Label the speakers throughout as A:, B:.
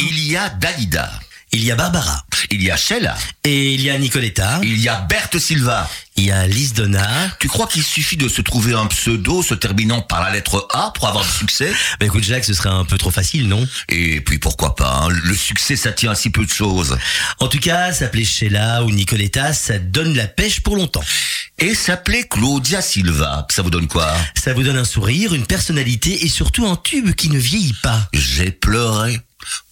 A: il y a Dalida.
B: Il y a Barbara.
A: Il y a Sheila.
B: Et il y a Nicoletta.
A: Il y a Berthe Silva.
B: Il y a Lise Donna.
A: Tu crois qu'il suffit de se trouver un pseudo se terminant par la lettre A pour avoir du succès
B: Bah écoute Jacques, ce serait un peu trop facile, non
A: Et puis pourquoi pas hein, Le succès, ça tient à si peu de choses.
B: En tout cas, s'appeler Sheila ou Nicoletta, ça donne la pêche pour longtemps.
A: Et s'appeler Claudia Silva, ça vous donne quoi
B: Ça vous donne un sourire, une personnalité et surtout un tube qui ne vieillit pas.
A: J'ai pleuré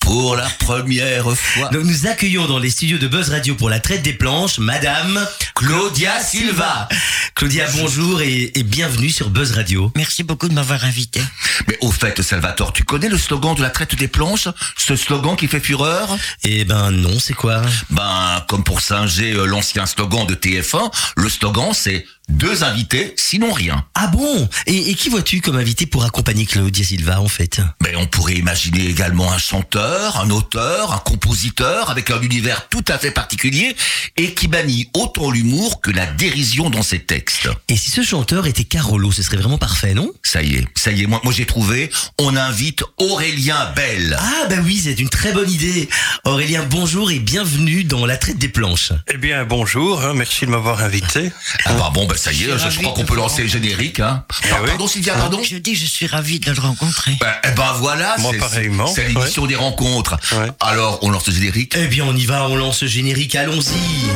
A: pour la première fois.
B: Donc nous accueillons dans les studios de Buzz Radio pour la traite des planches Madame Claudia Silva. Claudia, bonjour et, et bienvenue sur Buzz Radio.
C: Merci beaucoup de m'avoir invité.
A: Mais au fait, Salvatore, tu connais le slogan de la traite des planches Ce slogan qui fait fureur
B: Eh ben non, c'est quoi
A: Ben, comme pour singer euh, l'ancien slogan de TF1, le slogan c'est deux invités, sinon rien.
B: Ah bon et, et qui vois-tu comme invité pour accompagner Claudia Silva en fait
A: Mais Ben, on pourrait imaginer également un chanteur, un auteur, un compositeur avec un univers tout à fait particulier et qui bannit autant l'humour que la dérision dans ses textes.
B: Et si ce chanteur était Carolo, ce serait vraiment parfait, non
A: Ça y est, ça y est, moi, moi j'ai trouvé, on invite Aurélien Bell.
B: Ah bah oui, c'est une très bonne idée. Aurélien, bonjour et bienvenue dans la traite des planches.
D: Eh bien, bonjour, hein, merci de m'avoir invité.
A: Ah bah bon, bah ça y est, je,
C: suis
A: je crois
C: ravie
A: qu'on
C: de
A: peut
C: vous
A: lancer le générique. Hein. Par-
D: oui.
A: Pardon Sylvia, pardon
C: Ah, Je dis, je suis ravie de le rencontrer.
A: Ben, eh ben voilà,
D: Moi,
A: c'est-
D: pareillement.
A: c'est c'est l'émission des rencontres.
D: Ouais.
A: Alors, on lance le générique.
B: Eh bien on y va, on lance le générique, allons-y.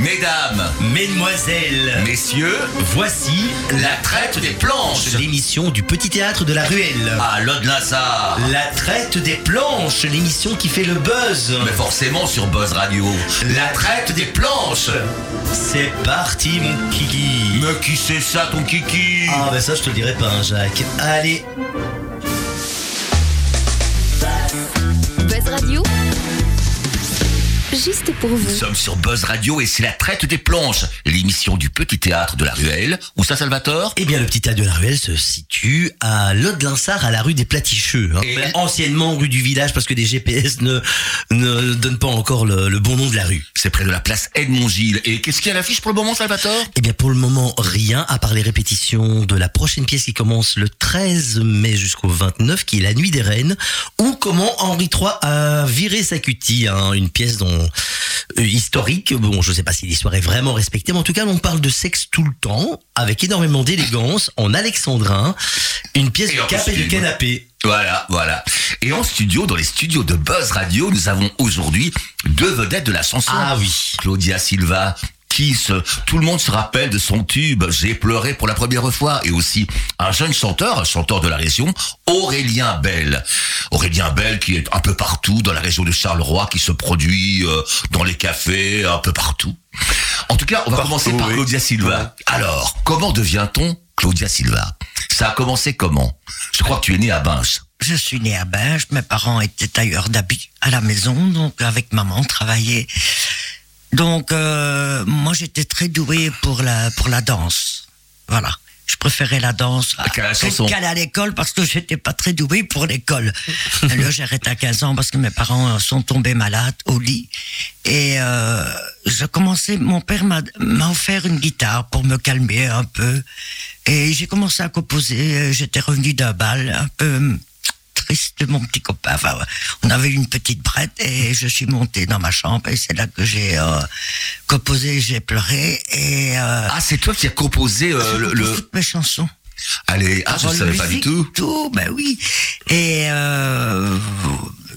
A: Mesdames,
B: Mesdemoiselles,
A: messieurs,
B: voici
A: la traite des planches.
B: l'émission du petit théâtre de la ruelle.
A: Ah, l'ode Lazare.
B: La traite des planches, l'émission qui fait le buzz.
A: Mais forcément sur Buzz Radio. La traite des planches.
B: C'est parti mon kiki.
A: Mais qui c'est ça, ton kiki
B: Ah ben ça je te le dirai pas hein, Jacques. Allez,
E: Buzz Radio, juste pour
A: Nous
E: vous.
A: sommes sur Buzz Radio et c'est la traite des planches, l'émission du petit théâtre de la ruelle. Où ça, Salvatore
B: eh bien le petit théâtre de la ruelle se situe à Lode-Linsard à la rue des Platicheux. hein.
A: Et-
B: Mais anciennement rue du village parce que des GPS ne, ne donnent pas encore le, le bon nom de la rue.
A: C'est près de la place Edmond Gilles. Et qu'est-ce qu'il y a à l'affiche pour le moment, Salvatore
B: Eh bien pour le moment rien à part les répétitions de la prochaine pièce qui commence le 13 mai jusqu'au 29 qui est la nuit des reines ou comment Henri III a viré sa cutie hein, une pièce dont euh, historique bon je sais pas si l'histoire est vraiment respectée mais en tout cas on parle de sexe tout le temps avec énormément d'élégance en alexandrin une pièce
A: Et
B: de
A: en
B: cap et de
A: costume.
B: canapé
A: Voilà, voilà. Et en studio, dans les studios de Buzz Radio, nous avons aujourd'hui deux vedettes de la chanson.
B: ah oui
A: Claudia Silva, Kiss, tout le monde se rappelle de son tube J'ai pleuré pour la première fois et aussi un jeune chanteur, un chanteur de la région, Aurélien Bell. Aurélien Bell qui est un peu partout dans la région de Charleroi, qui se produit euh, dans les cafés, un peu partout. En tout cas, on va
D: Partout,
A: commencer par
D: oui.
A: Claudia Silva. Alors, comment devient-on Claudia Silva Ça a commencé comment Je crois que tu es né à Binche.
C: Je suis née à Binge, mes parents étaient tailleurs d'habits à la maison, donc avec maman, on travaillait. Donc, euh, moi, j'étais très douée pour la, pour la danse. Voilà. Je préférais la danse à,
A: Qu'à la chanson.
C: qu'à à l'école parce que j'étais pas très douée pour l'école. Là, j'arrête à 15 ans parce que mes parents euh, sont tombés malades au lit. Et euh, je commençais, mon père m'a m'a offert une guitare pour me calmer un peu. Et j'ai commencé à composer. J'étais revenue d'un bal un peu hum, triste, mon petit copain. Enfin, ouais. on avait une petite brette et je suis montée dans ma chambre et c'est là que j'ai euh, composé, j'ai pleuré et euh,
A: Ah, c'est toi qui as composé euh, le,
C: j'ai composé
A: le...
C: toutes mes chansons.
A: Allez, ah, je
C: Parole,
A: savais pas du
C: musique,
A: tout.
C: Tout, ben oui. Et euh,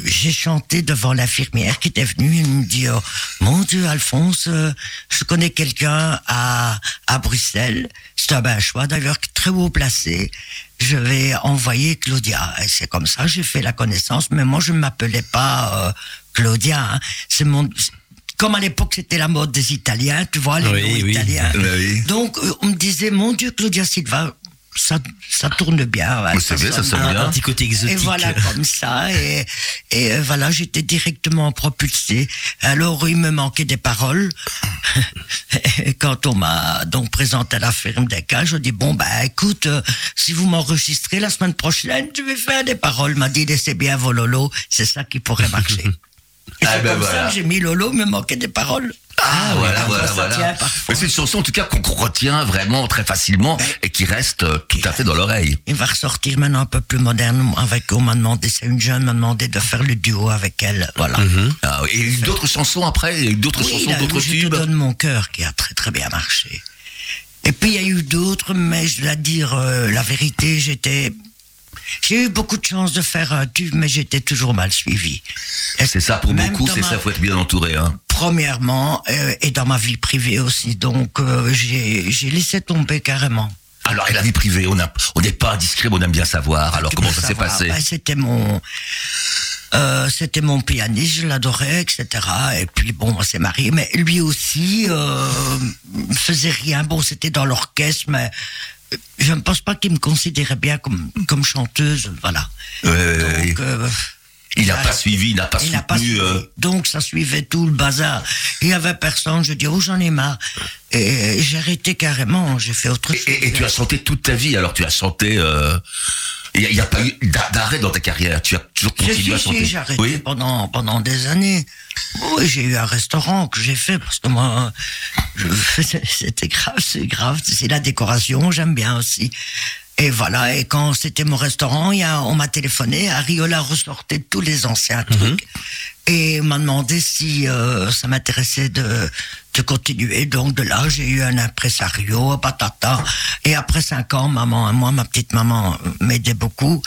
C: j'ai chanté devant l'infirmière qui était venue. Elle me dit, oh, mon Dieu, Alphonse, euh, je connais quelqu'un à, à Bruxelles. C'est un ben choix, d'ailleurs, très haut placé. Je vais envoyer Claudia. Et c'est comme ça, j'ai fait la connaissance. Mais moi, je ne m'appelais pas euh, Claudia. hein. C'est mon... Comme à l'époque, c'était la mode des Italiens, tu vois, les
B: Oui,
C: noms
B: oui.
C: italiens.
A: Oui.
C: Donc, euh, on me disait, mon Dieu, Claudia Silva, ça, ça tourne bien. ouais,
A: Vous savez, ça sonne
B: un,
A: bien.
B: un petit côté exotique
C: Et voilà, comme ça. Et, et euh, voilà, j'étais directement propulsée. Alors, il me manquait des paroles. Et quand on m'a donc présenté à la firme des cas, je dis, bon, bah, écoute, euh, si vous m'enregistrez la semaine prochaine, je vais faire des paroles. m'a dit, laissez bien vos lolos, c'est ça qui pourrait marcher. Et
A: Ah,
C: c'est
A: ben
C: comme ça
A: voilà.
C: que j'ai mis Lolo, il me manquait des paroles.
A: Ah, voilà, voilà,
C: ça
A: voilà.
C: tient parfois.
A: Mais c'est une chanson, en tout cas, qu'on retient vraiment très facilement et qui reste euh, tout à fait dans l'oreille.
C: Il va ressortir maintenant un peu plus moderne avec. On m'a demandé, c'est une jeune, m'a demandé de faire le duo avec elle. Voilà.
A: Ah, et il y a eu d'autres chansons après, il y a eu d'autres
C: Hein Oui,
A: chansons,
C: là,
A: d'autres
C: je
A: tubes.
C: te donne mon cœur qui a très très bien marché. Et puis il y a eu d'autres, mais je dois dire euh, la vérité, j'étais. J'ai eu beaucoup de chance de faire un tube, mais j'étais toujours mal suivi. Et
A: C'est ça pour
C: même
A: beaucoup,
C: dans
A: c'est
C: ma-
A: ça, faut être bien entouré. Hein.
C: Premièrement, euh, et dans ma vie privée aussi, donc euh, j'ai j'ai laissé tomber carrément.
A: Alors, et la vie privée, on a- on n'est pas indiscret, mais on aime bien savoir. Alors,
C: Ah, Tu
A: comment
C: peux
A: ça s'est
C: savoir,
A: passé
C: bah, C'était mon. euh, c'était mon pianiste, je l'adorais, etc. Et puis bon, on s'est marié, mais lui aussi euh, faisait rien. Bon, c'était dans l'orchestre, mais euh, je ne pense pas qu'il me considérait bien comme comme chanteuse, voilà.
A: Ouais, ouais, ouais.
C: Donc, euh,
A: Il n'a
C: ça-
A: pas suivi, il n'a pas
C: il
A: soutenu.
C: n'a pas suivi.
A: euh,
C: Donc ça suivait tout le bazar. Il y avait personne. Je dis oh j'en ai marre. Et j'ai arrêté carrément. J'ai fait autre chose.
A: et, et- et tu as chanté toute ta vie, alors tu as chanté. euh, Il n'y a, pas eu d'a- d'arrêt dans ta carrière, tu as toujours
C: Je
A: continué
C: suis,
A: à chanter.
C: j'ai arrêté
A: oui,
C: pendant, pendant des années. Oui, j'ai eu un restaurant que j'ai fait parce que moi, je- c'était grave, c'est grave. C'est la décoration, j'aime bien aussi. Et voilà, et quand c'était mon restaurant, il y a, on m'a téléphoné, Ariola ressortait tous les anciens trucs. Et on m'a demandé si euh, ça m'intéressait de, de continuer. Donc de là, j'ai eu un impresario, patata. Et après cinq ans, maman, moi, ma petite maman euh, m'aidait beaucoup.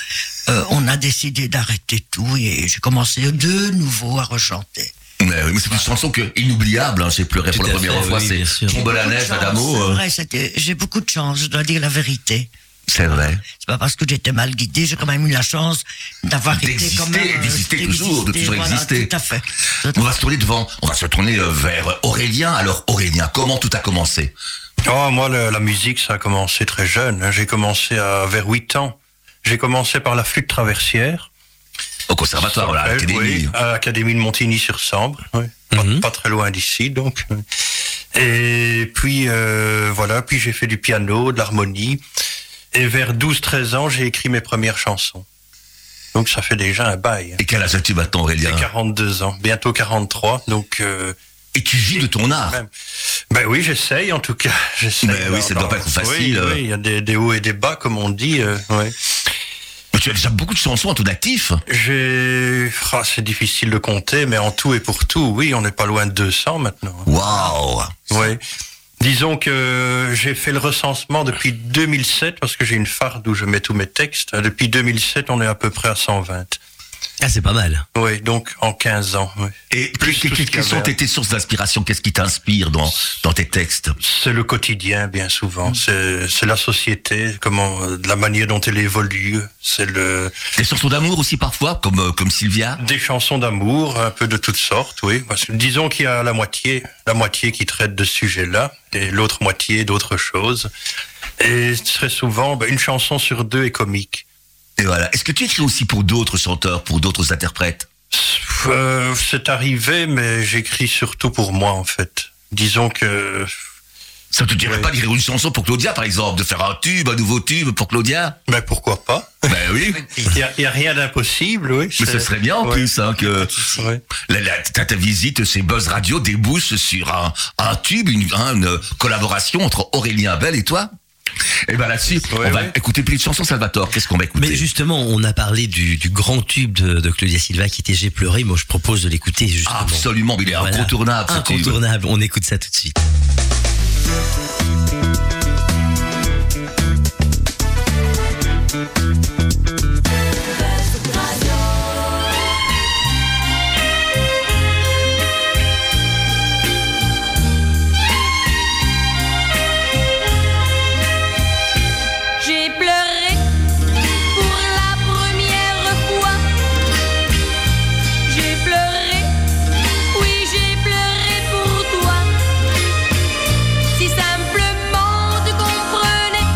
C: Euh, on a décidé d'arrêter tout et j'ai commencé de nouveau à rechanter.
A: mais, oui, mais c'est une chanson que, inoubliable, hein, j'ai pleuré pour la
B: à
A: première
B: fait,
A: fois,
B: oui, bien
A: c'est
B: sûr.
A: Tombe la neige,
C: Chance,
A: Adamo.
C: c'est
A: euh,
C: vrai, c'était- j'ai beaucoup de chance, je dois dire la vérité.
A: euh, C'est vrai.
C: C'est pas parce que j'étais mal guidé, j'ai quand même eu la chance d'avoir été
A: D'exister,
C: quand même. euh,
A: d'exister toujours, de toujours
C: voilà,
A: exister.
C: Tout à fait.
A: On va se tourner devant, on va se tourner euh, vers Aurélien. Alors Aurélien, comment tout a commencé
D: Oh, moi, le- la musique, ça a commencé très jeune. hein. J'ai commencé à, vers 8 ans. J'ai commencé par la flûte traversière.
A: Au conservatoire, Ah, voilà, à
D: Euh,
A: l'académie.
D: oui, à l'Académie de Montigny-sur-Sambre. oui. Pas-
B: Mhm.
D: pas, très loin d'ici, donc. Et puis, euh, voilà, puis j'ai fait du piano, de l'harmonie. Et vers 12-13 ans, j'ai écrit mes premières chansons. Donc, ça fait déjà un bail.
A: Et quel âge as-tu maintenant, Aurélien
D: J'ai 42 ans, bientôt 43, donc... euh,
A: Et tu vis de ton art.
D: même. Ben oui, j'essaye en tout cas. J'essaye.
A: Ben oui, ça doit pas être facile,
D: Oui,
A: euh.
D: oui, il y a des, des hauts et des bas, comme on dit. euh, ouais.
A: Mais Tu as déjà beaucoup de chansons en tout actif.
D: J'ai, ah, c'est difficile de compter, mais en tout et pour tout, oui, on n'est pas loin de 200 maintenant.
A: Waouh
D: Oui. Disons que j'ai fait le recensement depuis 2007 parce que j'ai une farde où je mets tous mes textes. Depuis 2007, on est à peu près à 120.
B: Ah, c'est pas mal.
D: Oui, donc en 15 ans. oui.
A: Et
D: Plus
A: que-
D: tout ce
A: que-
D: qu'il y
A: quelles sont
D: avait.
A: tes, tes sources d'inspiration Qu'est-ce qui t'inspire dans, dans tes textes
D: C'est le quotidien, bien souvent.
A: Mm.
D: C'est c'est la société, comment, euh, de la manière dont elle évolue. C'est le
A: Des chansons d'amour aussi parfois, comme, euh, comme Sylvia
D: des chansons d'amour, un peu de toutes sortes, oui. Parce que disons qu'il y a la moitié, la moitié qui traite de ce sujet-là, et l'autre moitié d'autres choses. Et très souvent, bah, une chanson sur deux est comique.
A: Et voilà. Est-ce que tu écris aussi pour d'autres chanteurs, pour d'autres interprètes
D: Euh, C'est arrivé, mais j'écris surtout pour moi, en fait. Disons que
A: Ça te dirait
D: Oui.
A: pas d'écrire une chanson pour Claudia, par exemple, de faire un tube, un nouveau tube pour Claudia
D: Mais pourquoi pas
A: Ben oui
D: Il n'y a, il y a rien d'impossible, oui.
A: mais
D: c'est-
A: ce serait bien en
D: ouais,
A: plus hein, que
D: ouais.
A: la, la- ta, ta visite chez Buzz Radio débouche sur un, un tube, une, hein, une collaboration entre Aurélien Bell et toi. Et ben là-dessus,
D: Ouais,
A: on va
D: ouais.
A: écouter plus de chansons Salvatore. Qu'est-ce qu'on va écouter
B: Mais justement, on a parlé du, du grand tube de, de Claudia Silva qui était J'ai pleuré. Moi, je propose de l'écouter justement.
A: Absolument, il est
B: Voilà.
A: incontournable. Ah, ce tube.
B: Incontournable. On écoute ça tout de suite.
F: J'ai pleuré pour la première fois. J'ai pleuré, oui j'ai pleuré pour toi. Si simplement tu comprenais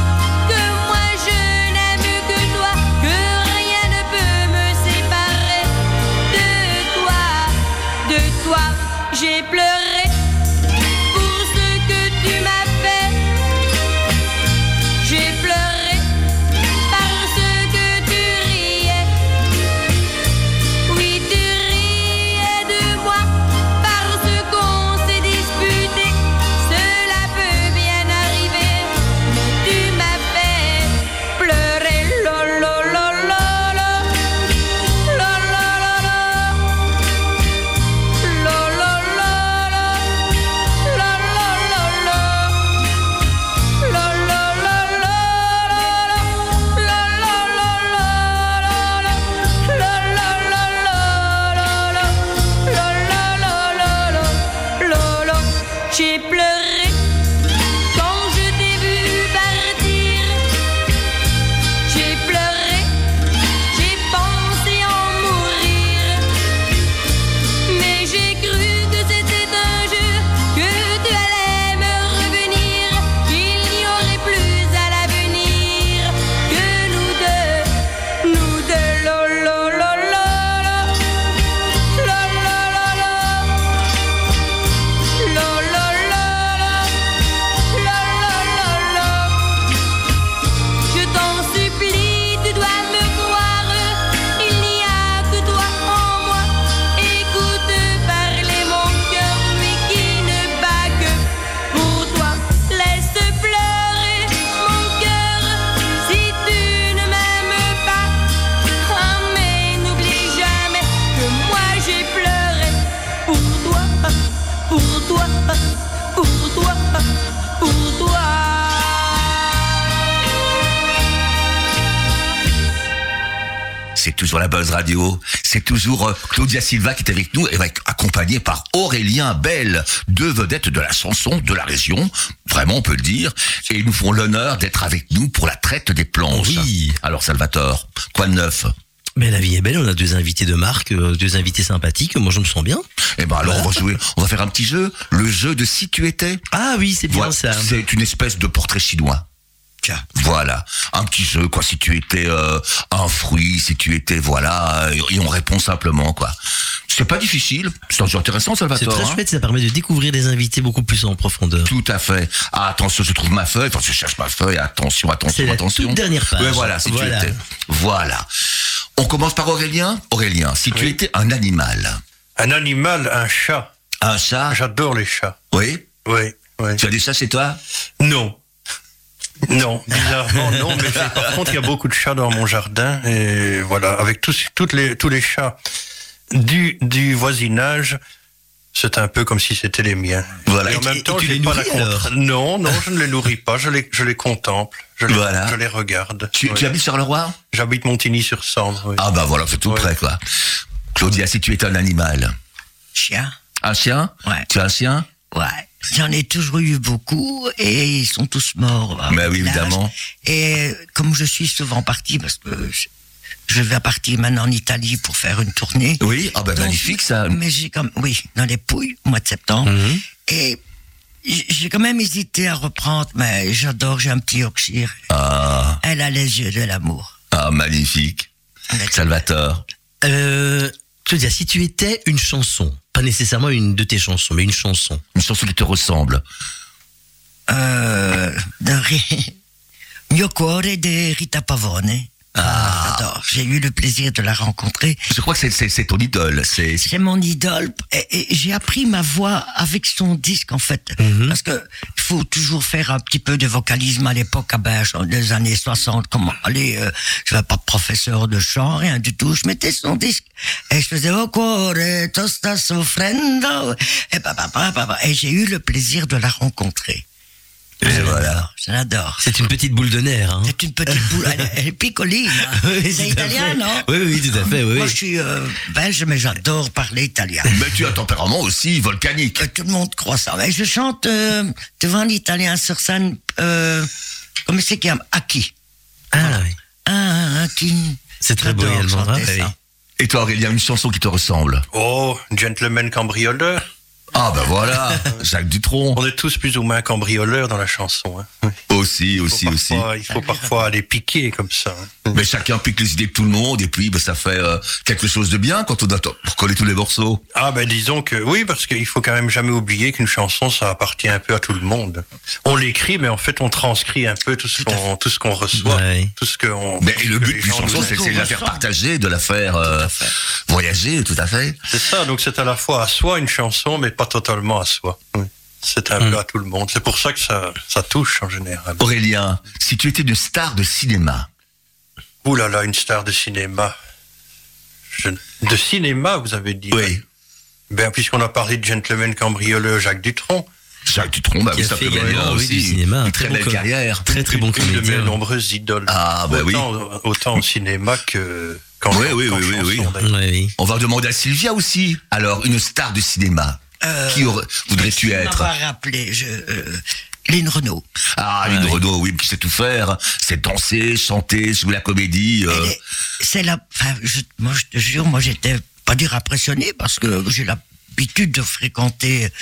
F: que moi je n'aime que toi, que rien ne peut me séparer de toi, de toi. J'ai pleuré pour ce que tu m'as fait. J'ai pleuré parce que tu riais. Oui, tu riais de moi parce qu'on s'est disputé. Ah,
A: sur la Buzz Radio. C'est toujours euh, Claudia Silva qui est avec nous, et va être accompagnée par Aurélien Bell, deux vedettes de la chanson de la région, vraiment on peut le dire, et ils nous font l'honneur d'être avec nous pour la traite des planches.
B: Oui.
A: Alors Salvatore, quoi de neuf
B: Mais la vie est belle, on a deux invités de marque, euh, deux invités sympathiques, moi je me sens bien.
A: Eh ben alors on va jouer, on va faire un petit jeu, le jeu de si tu étais.
B: Ah oui, c'est bien
A: Voilà,
B: ça.
A: C'est une espèce de portrait chinois.
C: Tiens.
A: Voilà, un petit jeu quoi. Si tu étais euh, un fruit, si tu étais voilà, euh, et on répond simplement quoi. C'est pas difficile, c'est un jeu intéressant,
B: C'est
A: Salvatore.
B: très
A: hein.
B: chouette, ça permet de découvrir les invités beaucoup plus en profondeur.
A: Tout à fait. Ah, attention, je trouve ma feuille. Enfin, je cherche ma feuille. Attention,
B: C'est
A: attention,
B: la
A: attention.
B: toute dernière page.
A: Ouais, voilà, si
B: Voilà.
A: tu étais. Voilà. On commence par Aurélien. Aurélien, si tu
D: Oui.
A: étais un animal,
D: Un animal, un chat.
A: un chat,
D: J'adore les chats.
A: oui.
D: Oui, oui.
A: Tu as des chats chez toi
D: Non. Non, bizarrement non, mais j'ai- par contre il y a beaucoup de chats dans mon jardin et voilà, avec tous, toutes les, tous les chats du, du voisinage, c'est un peu comme si c'était les miens.
A: Voilà.
D: Et en
A: Et-
D: même
B: et
D: temps,
B: tu
D: j'ai
B: les
D: pas la
B: nourris, alors
D: contrainte. Non, non, je ne les nourris pas, je les, je les contemple, je les,
A: Voilà.
D: je les regarde.
A: Tu,
D: Oui.
A: tu habites Charleroi
D: J'habite Montigny-sur-Sambre. oui.
A: Ah bah voilà, c'est tout
D: Ouais.
A: près quoi. Claudia, si tu étais un animal,
C: Chien.
A: un chien
C: Ouais.
A: Tu as un chien
C: Ouais. J'en ai toujours eu beaucoup et ils sont tous morts. à
A: Mais Bah
C: mon
A: oui,
C: âge.
A: évidemment.
C: Et comme je suis souvent parti, parce que je- je vais partir maintenant en Italie pour faire une tournée.
A: Oui, ah bah
C: Donc,
A: magnifique ça. Mhm.
C: Mais j'ai comme oui dans les Pouilles au mois de septembre et j- j'ai quand même hésité à reprendre, mais j'adore. J'ai un petit Yorkshire.
A: Ah,
C: Elle a les yeux de l'amour.
A: ah, magnifique. Salvatore.
B: Euh, Claudia, si tu étais une chanson, pas nécessairement une de tes chansons, mais une chanson.
A: Une chanson qui te ressemble.
C: Euh, de ri- Mio cuore de Rita Pavone. Ah. J'adore. J'ai eu le plaisir de la rencontrer.
A: Je crois que c'est- c'est c'est ton idole. C'est c'est-
C: C'est mon idole et, et j'ai appris ma voix avec son disque en fait
B: Mhm.
C: parce que il faut toujours faire un petit peu de vocalisme à l'époque ah ben, genre, des années 60 comment allez euh, je vais pas de professeur de chant rien du tout je mettais son disque et je faisais oh cuore tosta soffrendo et pa, pa, pa, pa, pa. et j'ai eu le plaisir de la rencontrer et voilà je l'adore
B: C'est une petite boule de nerf. Hein.
C: c'est une petite boule elle, elle est picoline hein.
B: Oui,
C: c'est
B: tout à
C: italien
B: fait.
C: non
B: Oui, oui, tout à fait. Oui,
C: moi
B: oui.
C: je suis euh, belge mais j'adore parler italien
A: Mais tu as un tempérament aussi volcanique.
C: que tout le monde croit ça. Mais je chante euh, devant l'italien sur scène, euh, comment c'est qu'il y a Aki.
B: Ah, oui.
C: Ah, Aki.
B: C'est très beau
C: J'adore
B: également.
C: chanter
B: hein, oui.
C: ça.
A: Et toi, Aurélien, une chanson qui te ressemble
D: Oh, gentleman cambrioleur.
A: Ah bah voilà, Jacques Dutronc.
D: On est tous plus ou moins cambrioleurs dans la chanson. hein.
A: Aussi,
D: Il faut
A: aussi, aussi.
D: parfois- Il faut parfois aller piquer comme ça. hein.
A: Mais chacun pique les idées de tout le monde et puis bah, ça fait euh, quelque chose de bien quand on attend pour coller tous les morceaux.
D: Ah ben disons que oui, parce qu'il faut quand même jamais oublier qu'une chanson, ça appartient un peu à tout le monde. On l'écrit, mais en fait, on transcrit un peu tout ce qu'on tout ce qu'on reçoit,
B: Ouais.
D: tout ce que on.
A: Mais le
D: que
A: but
D: les
A: d'une
D: gens
A: chanson,
D: nous-
A: c'est c'est de la faire partager, de la faire euh, voyager, tout à fait.
D: C'est ça. Donc c'est à la fois à soi une chanson, mais pas totalement à soi. C'est un peu à tout le monde. C'est pour ça que ça ça touche en général.
A: Mm. Aurélien, si tu étais une star de cinéma,
D: Ouh là là, une star de cinéma. Je- De cinéma, vous avez dit.
A: oui,
D: Ben puisqu'on a parlé de gentleman cambrioleur Jacques Dutronc.
A: Jacques Dutronc, bah,
B: Qui
A: oui,
B: a
A: ça
B: fait
A: peut
B: également,
A: valoir
B: oui,
A: aussi
B: du cinéma, un
A: une
B: très
A: très
B: bon
A: belle
B: com-
A: carrière.
B: Très très bon
D: une de mes
B: comédien.
D: nombreuses idoles.
A: Ah, bah oui.
D: autant, Autant au cinéma que quand
A: Oui, oui, oui, oui, oui.
B: Ouais, oui.
A: On va demander à Sylvia aussi. Alors, une star de cinéma,
C: Euh,
A: qui aurait- voudrais-tu
C: merci de
A: être
C: m'avoir rappelé. Je, euh, Lynn Renault.
A: Ah, Lynn Renaud, oui, qui sait tout faire. C'est danser, chanter, jouer la comédie. euh,
C: Elle est- C'est la. Enfin, je, moi, je te jure, moi, j'étais pas dire impressionné parce que j'ai l'habitude de fréquenter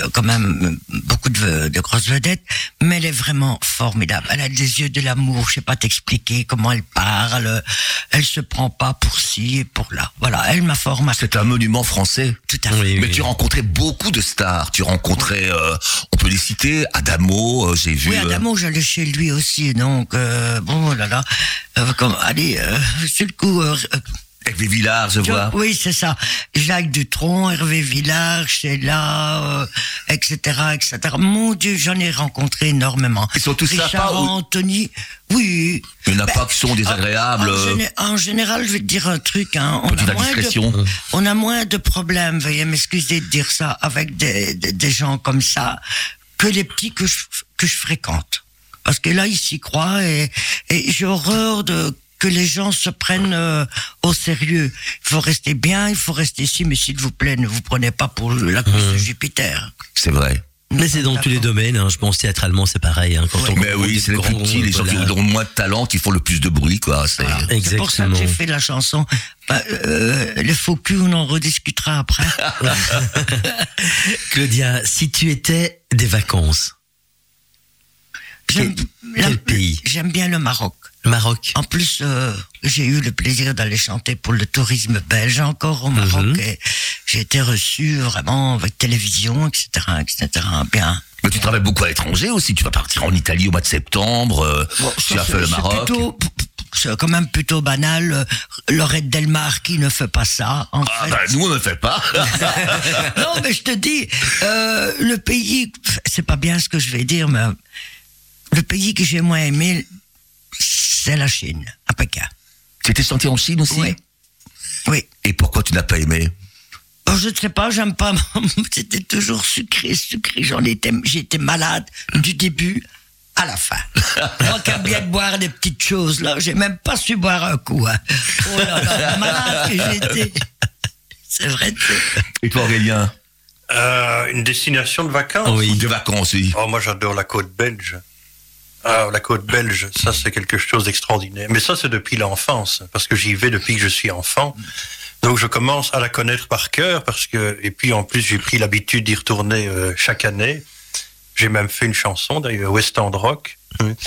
C: euh, quand même euh, beaucoup de, de grosses vedettes, mais elle est vraiment formidable. Elle a des yeux de l'amour, je sais pas t'expliquer comment elle parle. Elle se prend pas pour ci et pour là. Voilà, elle m'a formé.
A: C'est un monument français.
C: Tout à fait.
B: Oui,
A: Mais
B: oui.
A: tu rencontrais beaucoup de stars. Tu rencontrais, euh, on peut les citer, Adamo, euh, j'ai vu.
C: Oui,
A: euh,
C: Adamo, j'allais chez lui aussi, donc euh, bon, là là, euh, comme, allez, euh, sur le coup, euh, euh,
A: Hervé Villard, je vois.
C: Oui, c'est ça. Jacques Dutronc, Hervé Villard, Sheila, euh, etc., etc. Mon Dieu, j'en ai rencontré énormément.
A: Ils sont tous
C: Richard
A: sympas ou-
C: Anthony, oui.
A: Il n'y en a
C: Ben,
A: pas qui sont désagréables.
C: En,
A: euh,
C: géné- en général, je vais te dire un truc. Hein, on,
A: Petite
C: a moins
A: indiscrétion.
C: de, on a moins de problèmes, veuillez m'excuser de dire ça, avec des, des, des gens comme ça, que les petits que je, que je fréquente. Parce que là, ils s'y croient et, et j'ai horreur de que les gens se prennent euh, au sérieux. Il faut rester bien, il faut rester ici, mais s'il vous plaît, ne vous prenez pas pour
B: Mmh.
C: la course de Jupiter.
A: C'est vrai.
B: Mais c'est dans tous les domaines, hein. je pense théâtralement c'est pareil. hein. Quand on
A: Mais oui, c'est les plus petits, les gens qui ont le moins de talent, qui font le plus de bruit, quoi. C'est
C: C'est pour ça que
B: Exactement.
C: j'ai fait la chanson. Bah, euh, les faux culs, on en rediscutera après.
B: Claudia, si tu étais des vacances,
C: J'aime la-
B: quel pays
C: J'aime bien le Maroc.
B: Maroc,
C: En plus, euh, j'ai eu le plaisir d'aller chanter pour le tourisme belge encore au Maroc.
B: Mhm.
C: et j'ai été reçu vraiment avec télévision, etc., etc. Bien.
A: Mais tu travailles beaucoup à l'étranger aussi. Tu vas partir en Italie au mois de septembre. euh, tu as fait le
C: C'est
A: Maroc.
C: plutôt- C'est quand même plutôt banal. euh, Laurette Delmar qui ne fait pas ça. En
A: Ah
C: fait.
A: bah, nous on ne le fait pas.
C: non, mais je te dis, euh, le pays, c'est pas bien ce que je vais dire, mais le pays que j'ai moins aimé, c'est la Chine, à Pékin.
A: tu étais chanté en Chine aussi.
C: Oui. Oui.
A: Et pourquoi tu n'as pas aimé
C: Oh, je ne sais pas, j'aime pas. C'était toujours sucré, sucré. J'en étais, j'étais malade du début à la fin. Moi qui aime bien boire des petites choses, là, j'ai même pas su boire un coup. hein. Oh là là, malade que j'étais. C'est vrai. tu sais.
A: Et toi Aurélien
D: Euh, une destination de vacances
A: Ou De vacances, Ah oui.
D: Oh, moi j'adore la côte belge. Ah, la côte belge, ça c'est quelque chose d'extraordinaire. Mais ça c'est depuis l'enfance, parce que j'y vais depuis que je suis enfant. Donc je commence à la connaître par cœur, parce que et puis en plus j'ai pris l'habitude d'y retourner euh, chaque année. J'ai même fait une chanson d'ailleurs, West End Rock.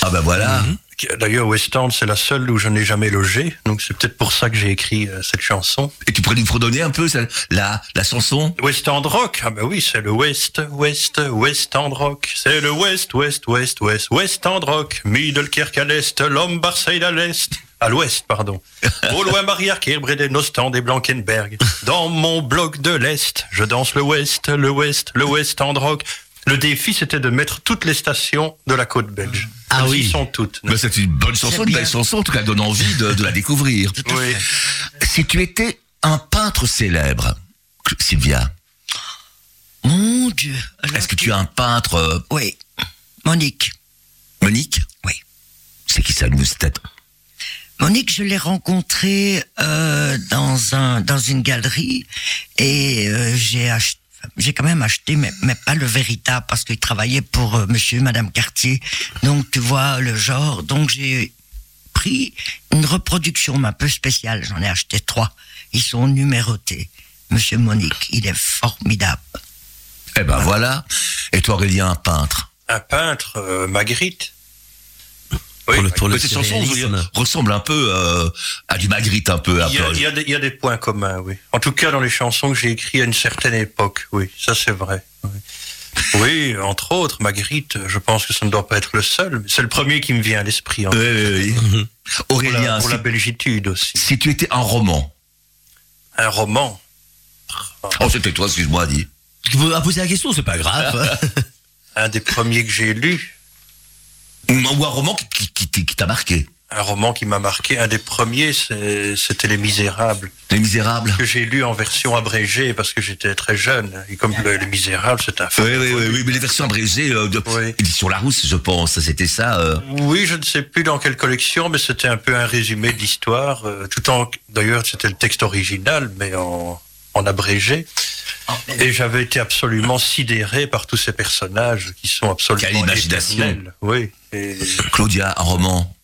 A: Ah bah voilà.
D: Qui- D'ailleurs West End c'est la seule où je n'ai jamais logé, donc c'est peut-être pour ça que j'ai écrit euh, cette chanson.
A: Et tu pourrais nous fredonner un peu ça- la, la chanson
D: West End Rock, ah ben oui, c'est le West, West, West End Rock. C'est le West, West, West, West, West End Rock. Middelkerk à l'est, Lombardseil à l'est. À l'ouest, pardon. Au loin barrière, Kerbreden, Ostend et Blankenberg. Dans mon bloc de l'est, je danse le West, le West, le West End Rock. Le défi, c'était de mettre toutes les stations de la côte belge.
B: Ah
D: Elles y
B: oui.
D: sont toutes.
A: Bah, C'est une bonne
C: C'est
A: chanson, une belle
C: bien.
A: chanson, en tout cas elle donne envie de, de la découvrir.
D: Oui.
A: Si tu étais un peintre célèbre, Cl- Sylvia,
C: Mon Dieu. Alors-
A: est-ce que tu es un peintre euh,
C: Oui. Monique.
A: Monique
C: Oui.
A: C'est qui ça, nous, cette tête
C: Monique, je l'ai rencontrée euh, dans un dans une galerie et euh, j'ai acheté j'ai quand même acheté, mais, mais pas le véritable, parce qu'il travaillait pour euh, monsieur et madame Cartier. Donc, tu vois, le genre. Donc, j'ai pris une reproduction mais un peu spéciale. J'en ai acheté trois. Ils sont numérotés. Monsieur Monique, il est formidable.
A: Eh ben voilà. Et toi, Aurélien, un peintre
D: Un peintre, euh, Magritte. Oui,
B: Pour le- pour le
A: Mais Cette chanson je veux dire,
B: surréalisme.
A: ressemble un peu euh, à du Magritte, un peu. Un
D: Il y, a,
A: peu.
D: il y a des, il y a des points communs, oui. En tout cas, dans les chansons que j'ai écrites à une certaine époque, oui, ça c'est vrai. Oui. Oui, entre autres, Magritte, je pense que ça ne doit pas être le seul, mais c'est le premier qui me vient à l'esprit. hein.
A: Oui, oui, oui.
D: Pour, la,
A: Euh, Aurélien,
D: pour la
A: si-
D: belgitude aussi.
A: si tu étais un roman,
D: Un roman.
A: Oh, c'était toi, excuse-moi, dis.
B: Tu peux poser la question, c'est pas grave.
D: Un des premiers que j'ai lu,
A: Ou, ou un roman qui, qui- qui t- qui t'a marqué.
D: un roman qui m'a marqué, un des premiers, c'est- c'était Les Misérables,
A: Les Misérables.
D: que j'ai lu en version abrégée parce que j'étais très jeune. Et comme le- Les Misérables, c'est un
A: Oui, oui, oui, oui, mais les versions abrégées euh, de
D: Oui.
A: Édition Larousse, je pense. C'était ça. euh.
D: Oui, je ne sais plus dans quelle collection, mais c'était un peu un résumé de l'histoire. euh, tout en, d'ailleurs, c'était le texte original, mais en, en abrégé. Et j'avais été absolument sidéré par tous ces personnages qui sont absolument
A: Quelle imagination.
D: éternels. Oui. Et
A: Claudia, un roman.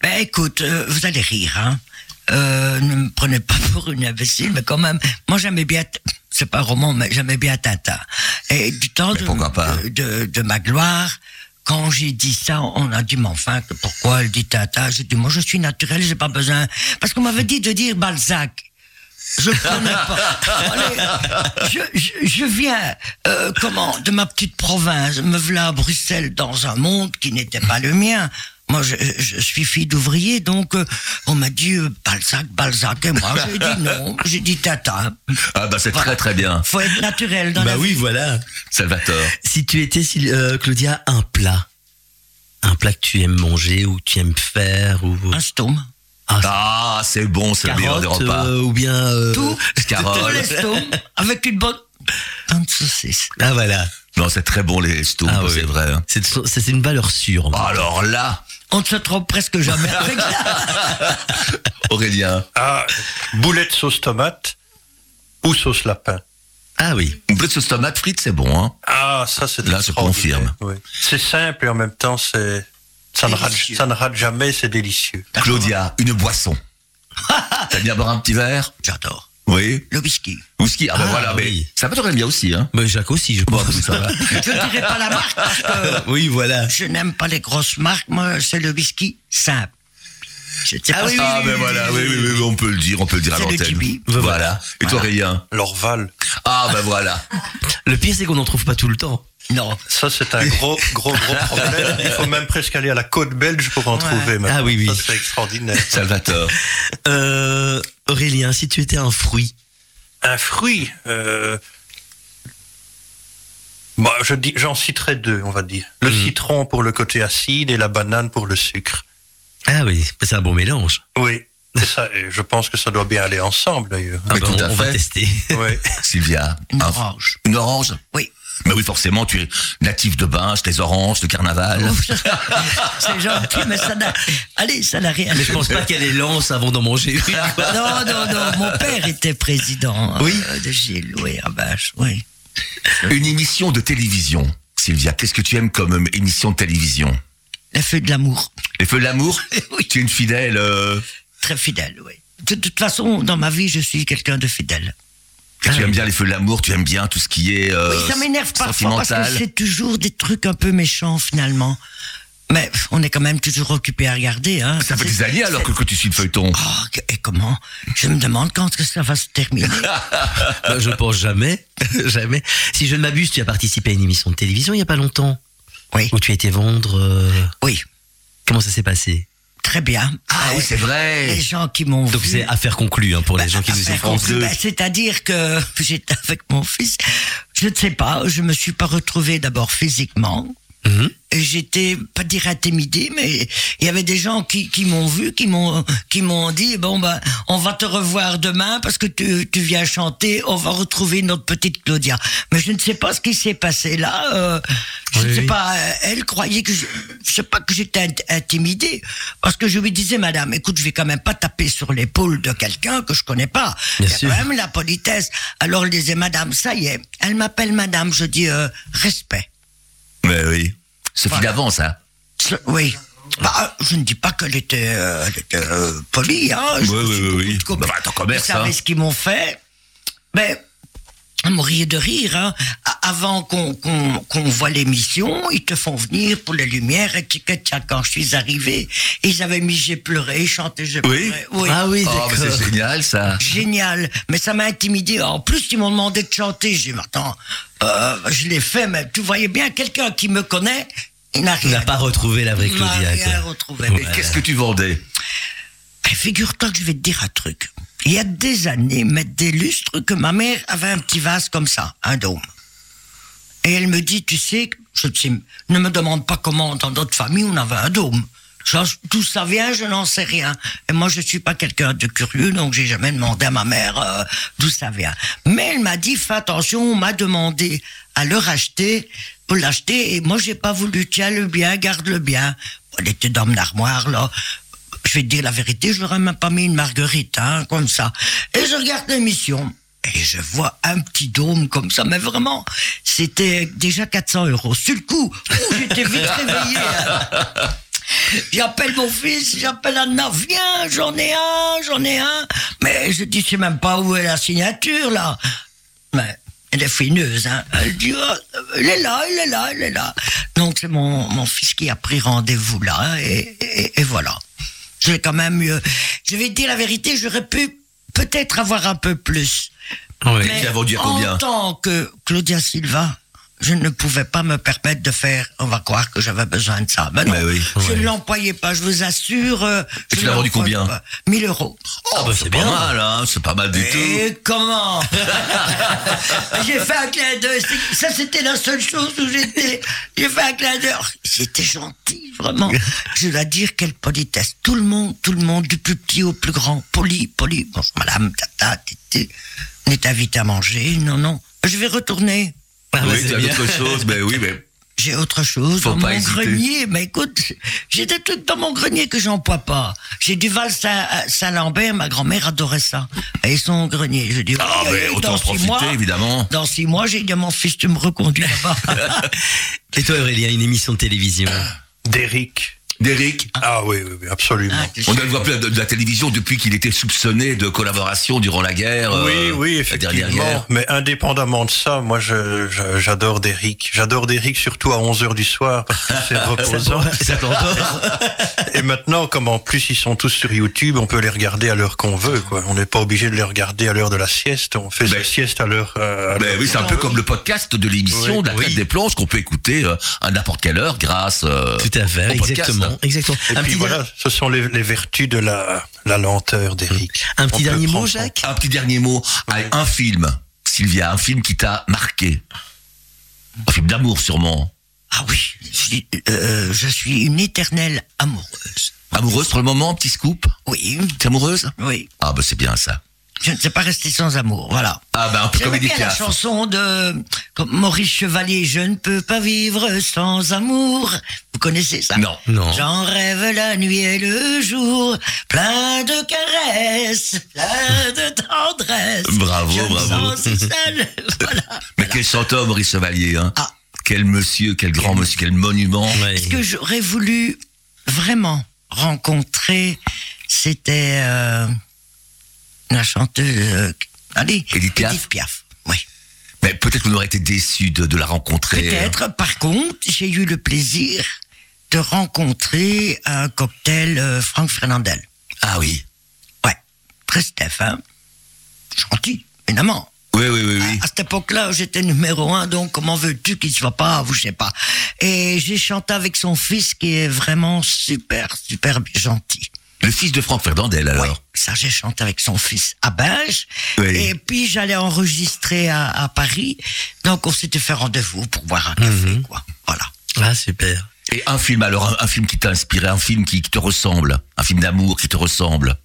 C: Ben écoute, euh, vous allez rire, hein. Euh, ne me prenez pas pour une imbécile, mais quand même, moi j'aimais bien, T- c'est pas un roman, mais j'aimais bien Tintin. Et du temps
A: Mais
C: de,
A: pourquoi pas
C: de, de- de ma gloire, quand j'ai dit ça, on a dit, mais enfin, que pourquoi elle dit Tintin J'ai dit, moi je suis naturel, j'ai pas besoin. Parce qu'on m'avait dit de dire Balzac. Je le connais pas. Allez, je, je, je viens, euh, comment, de ma petite province, me voilà à Bruxelles dans un monde qui n'était pas le mien. Moi, je, je suis fille d'ouvrier, donc euh, on m'a dit euh, Balzac, Balzac, et moi j'ai dit non, j'ai dit Tata.
A: Ah, bah, c'est très, très bien.
C: Faut être naturel dans la
B: bah
C: vie.
B: oui, voilà.
A: Salvatore.
B: Si tu étais, Syl- euh, Claudia, un plat, un plat que tu aimes manger ou que tu aimes faire ou
C: Un stôme.
A: Ah, c'est bon, c'est le meilleur des
B: Carotte,
A: repas.
B: euh, ou bien euh,
C: Tout. Tous
A: Carole.
C: les stômes Oh, avec une bonne bonne saucisse.
B: Ah voilà,
A: Non, c'est très bon, les stones,
B: Ah, oui.
A: c'est vrai. hein.
B: c'est c'est une valeur sûre.
A: Alors là,
C: on ne se trompe presque jamais avec ça.
A: Aurélien.
D: Ah, boulette sauce tomate ou sauce lapin.
B: Ah oui.
A: Une bleu de sauce tomate frite, c'est bon, hein
D: Ah, ça c'est
A: Là, je
D: extraordinaire.
A: confirme.
D: Oui. C'est simple et en même temps c'est ça ne, rate,
C: Délicieux.
D: ça ne rate jamais, c'est délicieux.
A: Claudia, une boisson. T'aimes bien boire un petit verre
C: J'adore.
A: Oui.
C: Le whisky.
A: Ou ski Ah, bah
B: Ah,
A: voilà,
B: oui.
A: mais ça peut t'aimer bien aussi, hein Ah,
B: Mais Jacques aussi, je
A: Bon,
B: pense.
A: ça va.
C: Je ne dirai pas la marque parce que
B: oui, voilà.
C: je n'aime pas les grosses marques. Moi, c'est le whisky simple. Je sais pas si-
A: Ah, mais voilà, oui, oui, oui, on peut le dire, on peut le dire à
C: C'est le
A: l'antenne.
C: Tipeee.
A: Voilà. Et toi, Aurélien
D: L'Orval,
A: Ah, bah voilà.
B: Le pire, c'est qu'on n'en trouve pas tout le temps.
C: Non.
D: ça c'est un gros, gros, gros problème. Il faut même presque aller à la côte belge pour en trouver. maintenant.
B: Ah oui, oui.
D: Ça c'est extraordinaire.
A: Salvatore.
B: Euh, Aurélien, si tu étais un fruit.
D: Un fruit. euh, Bah, je dis, j'en citerai deux, on va dire. Le
B: Mhm.
D: citron pour le côté acide et la banane pour le sucre.
B: Ah oui, c'est un bon mélange.
D: Oui. C'est ça, et je pense que ça doit bien aller ensemble d'ailleurs.
B: Ah
A: Mais
B: bah,
A: tout
B: on,
A: à
B: on va
A: fait.
B: tester.
D: Oui.
A: Sylvia.
C: Une
A: un-
C: orange.
A: Une orange
C: Oui.
A: Mais oui, forcément, tu es natif de Binche, les oranges, le carnaval.
C: C'est gentil, mais ça n'a. Allez, ça n'a rien.
B: Ah, Mais je pense pas qu'elle les lance avant d'en manger.
C: Non, non, non. Mon père était président
B: Oui.
C: euh, de Gilles, oui, à Bâche, oui.
A: Une émission de télévision. Sylvia, qu'est-ce que tu aimes comme euh, émission de télévision
C: La feu de l'amour.
A: Les feux de l'amour Tu es une fidèle. euh,
C: Très fidèle, oui. De toute façon, dans ma vie, je suis quelqu'un de fidèle.
A: tu aimes bien les feux de l'amour, tu aimes bien tout ce qui est. euh,
C: Oui, ça m'énerve parfois parce que
A: sentimental.
C: c'est toujours des trucs un peu méchants, finalement. Mais pff, on est quand même toujours occupé à regarder. Hein.
A: Ça fait
C: C'est-
A: des années alors que, que tu suis le feuilleton.
C: Oh, que- et comment Je me demande quand est-ce que ça va se terminer.
B: Bah, je pense jamais. jamais. Si je ne m'abuse, tu as participé à une émission de télévision il n'y a pas longtemps.
C: Oui.
B: Où tu as été vendre. euh,
C: Oui,
B: Comment ça s'est passé
C: très bien.
A: Ah oui, c'est
C: Les
A: vrai.
C: gens qui m'ont
B: Donc
C: vu.
B: c'est affaire conclue hein, pour les gens qui
C: Ah,
B: nous
C: ben,
B: écoutent.
A: France deux.
C: ben, C'est-à-dire que j'étais avec mon fils. Je ne sais pas, je me suis pas retrouvée d'abord physiquement.
B: Mhm.
C: Et J'étais pas dire intimidée, mais il y avait des gens qui, qui m'ont vu, qui m'ont qui m'ont dit bon ben on va te revoir demain parce que tu, tu viens chanter, on va retrouver notre petite Claudia. Mais je ne sais pas ce qui s'est passé là. euh, je
B: Oui,
C: ne sais
B: oui.
C: pas. euh, Elle croyait que je, je sais pas que j'étais int- intimidée parce que je lui disais madame, écoute, je vais quand même pas taper sur l'épaule de quelqu'un que je connais pas.
B: Bien
C: Il y a
B: sûr.
C: quand même la politesse. Alors elle disait madame, ça y est, elle m'appelle madame. Je dis euh, respect.
A: Mais oui. Sophie
C: Voilà.
A: d'avance, hein.
C: Ce- Oui. Bah, je ne dis pas qu'elle était, euh, elle était, euh, polie, hein. Je
A: Oui,
C: me
A: oui,
C: suis
A: oui,
C: beaucoup
A: oui.
C: de com-
A: Bah, bah, t'en commerces,
C: Vous savez
A: hein.
C: ce qu'ils m'ont fait Ben, vous mouriez de rire, hein. A- Avant qu'on qu'on- qu'on voit l'émission, ils te font venir pour les lumières, et tchic, et tchac. quand je suis arrivé, ils avaient mis J'ai pleuré, chanté J'ai
A: Oui.
C: pleuré.
B: Ah oui,
A: Oh, mais
B: d'accord.
A: c'est génial ça.
C: Génial, mais ça m'a intimidé. En plus, ils m'ont demandé de chanter. J'ai dit, mais attends, euh, je l'ai fait, mais tu voyais bien quelqu'un qui me connaît, il n'a
B: On n'a
C: rien
B: pas retrouvé la vraie
C: il m'a
B: Claudia.
C: rien
B: quoi.
C: retrouvé.
A: Et qu'est-ce que tu vendais
C: Eh, Figure-toi que je vais te dire un truc. Il y a des années, mais des lustres, que ma mère avait un petit vase comme ça, un dôme. Et elle me dit, tu sais, je ne sais- ne me demande pas comment dans d'autres familles on avait un dôme. Ça, D'où ça vient, je n'en sais rien. Et moi, je suis pas quelqu'un de curieux, donc j'ai jamais demandé à ma mère euh, d'où ça vient. Mais elle m'a dit, fais attention, on m'a demandé à le racheter, pour l'acheter, et moi, j'ai pas voulu, tiens le bien, garde le bien. Elle était dans mon armoire, là je vais te dire la vérité, je leur ai même pas mis une marguerite, hein, comme ça. Et je regarde l'émission. Et je vois un petit dôme comme ça, mais vraiment, c'était déjà 400 euros. Sur le coup, ouh, j'étais vite réveillé. hein. J'appelle mon fils, j'appelle Anna, viens, j'en ai un, j'en ai un. Mais je dis, je sais même pas où est la signature, là. Mais elle est fineuse, hein. Elle dit, Ah, elle est là, elle est là, elle est là. Donc c'est mon, mon fils qui a pris rendez-vous là, et, et- et voilà. J'ai quand même eu... Je vais te dire la vérité, j'aurais pu peut-être avoir un peu plus.
B: Ouais.
A: tu as vendu à combien
C: en tant que Claudia Silva, je ne pouvais pas me permettre de faire, on va croire que j'avais besoin de ça. Ben non,
A: Mais oui.
C: je
B: Ouais.
C: ne l'employais pas, je vous assure. euh,
A: Et
C: je
A: tu l'as vendu
C: l'employais
A: combien
C: pas. 1000 euros.
A: Oh,
B: bah, c'est
A: c'est pas
B: bien.
A: mal, hein. C'est pas mal
C: Eh,
A: du tout.
C: Et comment J'ai fait un clin d'œil. c'est- Ça, c'était la seule chose où j'étais. J'ai fait un clin d'œil. Oh, C'était gentil, vraiment. Je dois dire quelle politesse. Tout le monde, tout le monde, du plus petit au plus grand. Poli, poli. Bonjour, madame, tata, titi. On est invité à manger. Non, non. Je vais retourner.
B: Ah, bah,
A: oui,
B: c'est
A: tu as
B: bien.
A: d'autres choses. Mais oui, mais
C: J'ai autre chose
A: Faut
C: dans
A: pas
C: mon
A: hésiter.
C: grenier. Mais écoute, j'ai des trucs dans mon grenier que j'emploie pas. J'ai du Val Saint- euh, Saint-Lambert, ma grand-mère adorait ça. Et son grenier, je dis,
A: Ah,
C: oui,
A: mais
C: oui,
A: autant
C: dans
A: en
C: six
A: profiter,
C: mois,
A: évidemment.
C: Dans six mois, j'ai dit, mon fils, tu me reconduis là-bas.
B: Et toi, Aurélien, une émission de télévision
D: D'Eric.
A: D'Eric,
D: Ah oui, oui, oui, absolument.
C: Ah, qu'est-ce
A: on ne le voit plus à de de la télévision depuis qu'il était soupçonné de collaboration durant la guerre.
B: Ah,
D: Oui,
A: euh,
D: oui,
A: la dernière
D: effectivement.
A: guerre.
D: Mais indépendamment de ça, moi, je- je- j'adore Derrick. J'adore Derrick surtout à 11 heures du soir parce que c'est reposant.
B: Ça t'endort
D: Et maintenant, comme en plus ils sont tous sur YouTube, on peut les regarder à l'heure qu'on veut, quoi. On n'est pas obligé de les regarder à l'heure de la sieste. On fait
A: Ben,
D: la sieste à l'heure. euh, à
A: Ben
D: l'heure-
A: oui, c'est un peu comme le podcast de l'émission
D: Oui,
A: de la
D: oui.
A: Fête des planches qu'on peut écouter euh, à n'importe quelle heure grâce. euh,
B: Tout à fait,
A: au podcast.
B: exactement. exactement.
D: Et
B: un
D: puis
B: petit,
D: voilà, ce sont les, les vertus de la, la lenteur d'Eric.
B: un petit
D: On peut
B: dernier mot,
D: prendre-
B: Jacques
A: Un petit dernier mot. Allez, un film, Sylvia, un film qui t'a marqué. Un film d'amour sûrement.
C: Ah oui, je, dis, euh, je suis une éternelle amoureuse.
A: Amoureuse pour le moment, petit scoop.
C: Oui,
A: T'es amoureuse
C: oui.
A: Ah bah c'est bien ça.
C: Je ne sais pas rester sans amour, voilà.
A: Ah bah un peu
C: J'aime
A: comédie
C: bien la
A: Piaf.
C: chanson de comme Maurice Chevalier, Je ne peux pas vivre sans amour. Vous connaissez ça
A: Non.
B: Non.
C: J'en rêve la nuit et le jour, plein de caresses, plein de tendresse.
A: Bravo,
C: Je me
A: bravo.
C: sens si seule. voilà.
A: Mais quel chanteur Maurice Chevalier, hein
C: Ah.
A: Quel monsieur, quel grand monsieur, quel monument.
B: Ouais.
C: Ce que j'aurais voulu vraiment rencontrer, c'était euh, la chanteuse. euh, allez,
A: Edith Piaf.
C: Oui.
A: Mais peut-être qu'on aurait été déçu de, de la rencontrer.
C: Peut-être. Par contre, j'ai eu le plaisir de rencontrer à un cocktail euh, Franck Fernandel.
A: Ah oui.
C: Ouais, très Steph, hein. Gentil, évidemment.
A: Oui, oui, oui, oui.
C: À cette époque-là, j'étais numéro un, donc comment veux-tu qu'il soit pas, vous, je sais pas. Et j'ai chanté avec son fils qui est vraiment super, super gentil.
A: Le fils de Franck Ferdandel, alors.
C: Ouais, ça j'ai chanté avec son fils à Binge.
A: Oui.
C: Et puis j'allais enregistrer à, à Paris, donc on s'était fait rendez-vous pour boire un café, quoi. Voilà.
B: Ah, super.
A: Et un film, alors, un, un film qui t'a inspiré, un film qui, qui te ressemble, un film d'amour qui te ressemble.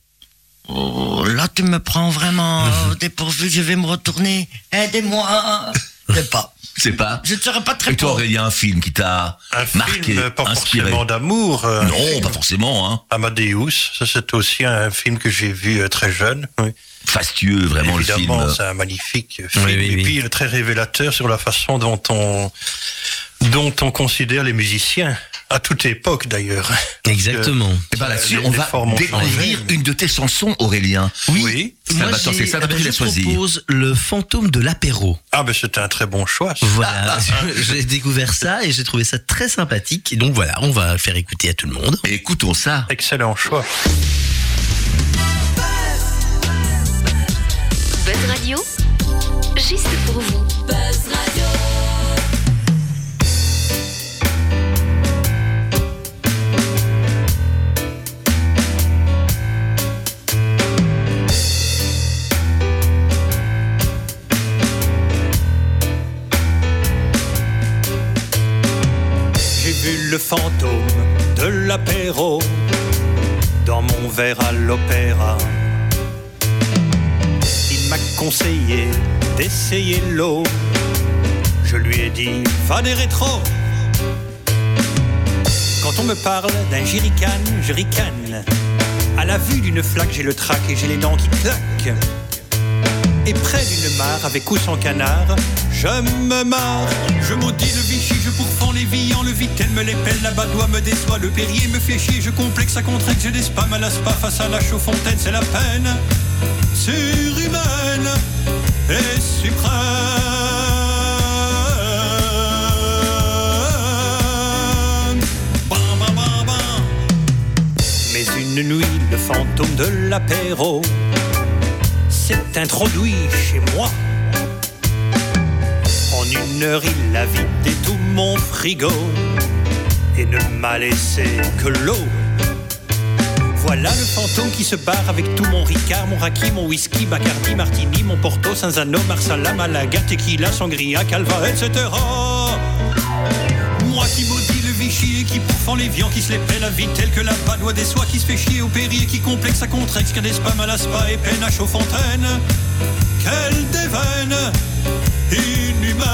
C: Oh, là, tu me prends vraiment au dépourvu, je vais me retourner. Aidez-moi. Je sais pas.
A: C'est pas.
C: Je ne serais pas très
A: Et toi,
C: bon.
A: Aurélien, un film qui t'a
D: Un film,
A: marqué,
D: euh, pas
A: inspiré.
D: forcément d'amour. euh,
A: Non, pas forcément, hein.
D: Amadeus, ça c'est aussi un film que j'ai vu euh, très jeune. oui.
A: Fastueux, vraiment, le
D: Évidemment, c'est
A: film. euh,
D: un magnifique film.
B: Oui, oui,
D: et
B: oui.
D: puis, il est très révélateur sur la façon dont on, dont on considère les musiciens, à toute époque d'ailleurs.
B: Exactement.
A: Et ben là-dessus,
D: Les-
A: on
D: les
A: va
D: formes ont
A: découvrir
D: changé.
A: une de tes chansons, Aurélien.
D: Oui.
A: Ça
B: Moi,
A: va, attends,
B: j'ai-
A: c'est ça,
B: eh ben,
A: tu l'as
B: je
A: choisi.
B: propose le fantôme de l'apéro.
D: Ah, ben c'est un très bon choix. ça.
B: Voilà, j'ai découvert ça et j'ai trouvé ça très sympathique. Et donc voilà, on va le faire écouter à tout le monde.
A: Et écoutons ça.
D: Excellent choix.
E: Buzz Radio, juste pour vous.
G: J'ai vu le fantôme de l'apéro dans mon verre à l'opéra. Il m'a conseillé d'essayer l'eau. Je lui ai dit, va des rétros. Quand on me parle d'un jerrycan, je ricane. À la vue d'une flaque, j'ai le trac et j'ai les dents qui claquent. Et près d'une mare, avec ou sans canard, je me marre. Je maudis le Vichy, je pourfends les viands, le Vitel me les pèle, la badoie me déçoit, le Perrier me fait chier, je complexe à contrainte, je l'espame à la spa face à la Chaudfontaine, c'est la peine surhumaine et suprême. Bam, bam, bam, bam. Mais une nuit, le fantôme de l'apéro s'est introduit chez moi. En une heure, il a vidé tout mon frigo et ne m'a laissé que l'eau. Voilà le fantôme qui se barre avec tout mon ricard, mon raki, mon whisky, bacardi, martini, mon porto, sanzano, marsala, malaga, tequila, sangria, calva, etc. Moi qui maudis le Vichy et qui pourfend les viands, qui se les pèle à vite tel que la padoie des soies, qui se fait chier au péri et qui complexe à contrex, qu'un espam à la spa et peine à Chaudfontaine. Quelle déveine inhumaine!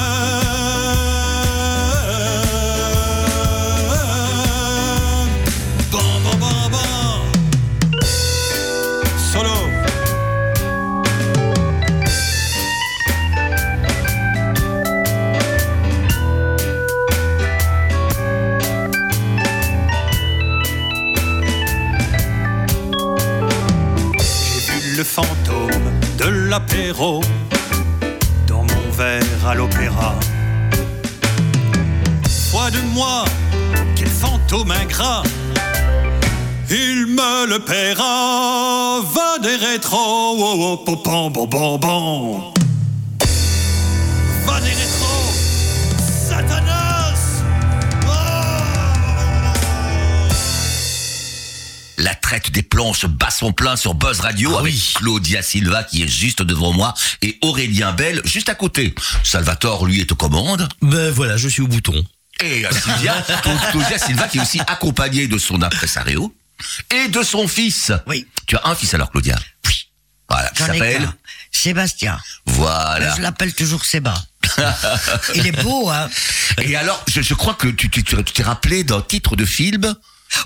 G: l'apéro dans mon verre à l'opéra. Foi de moi, quel fantôme ingrat, il me le paiera, va des rétro, oh oh, popam, bon, bon, bon. Va des rétros, Satanas! Oh
A: La traite des planches bat son plein sur Buzz Radio
B: Ah
A: avec Claudia Silva qui est juste devant moi et Aurélien Bell juste à côté. Salvatore, lui, est aux commandes.
B: Ben voilà, je suis au bouton.
A: Et euh, Sylvia, Cla- Claudia Silva qui est aussi accompagnée de son impresario et de son fils.
C: Oui.
A: Tu as un fils alors, Claudia
C: Oui.
A: Voilà, qui
C: J'en ai
A: s'appelle
C: qu'un. Sébastien.
A: Voilà.
C: Je l'appelle toujours Séba. Il est beau, hein
A: Et alors, je, je crois que tu tu- tu- tu t'es rappelé d'un titre de film.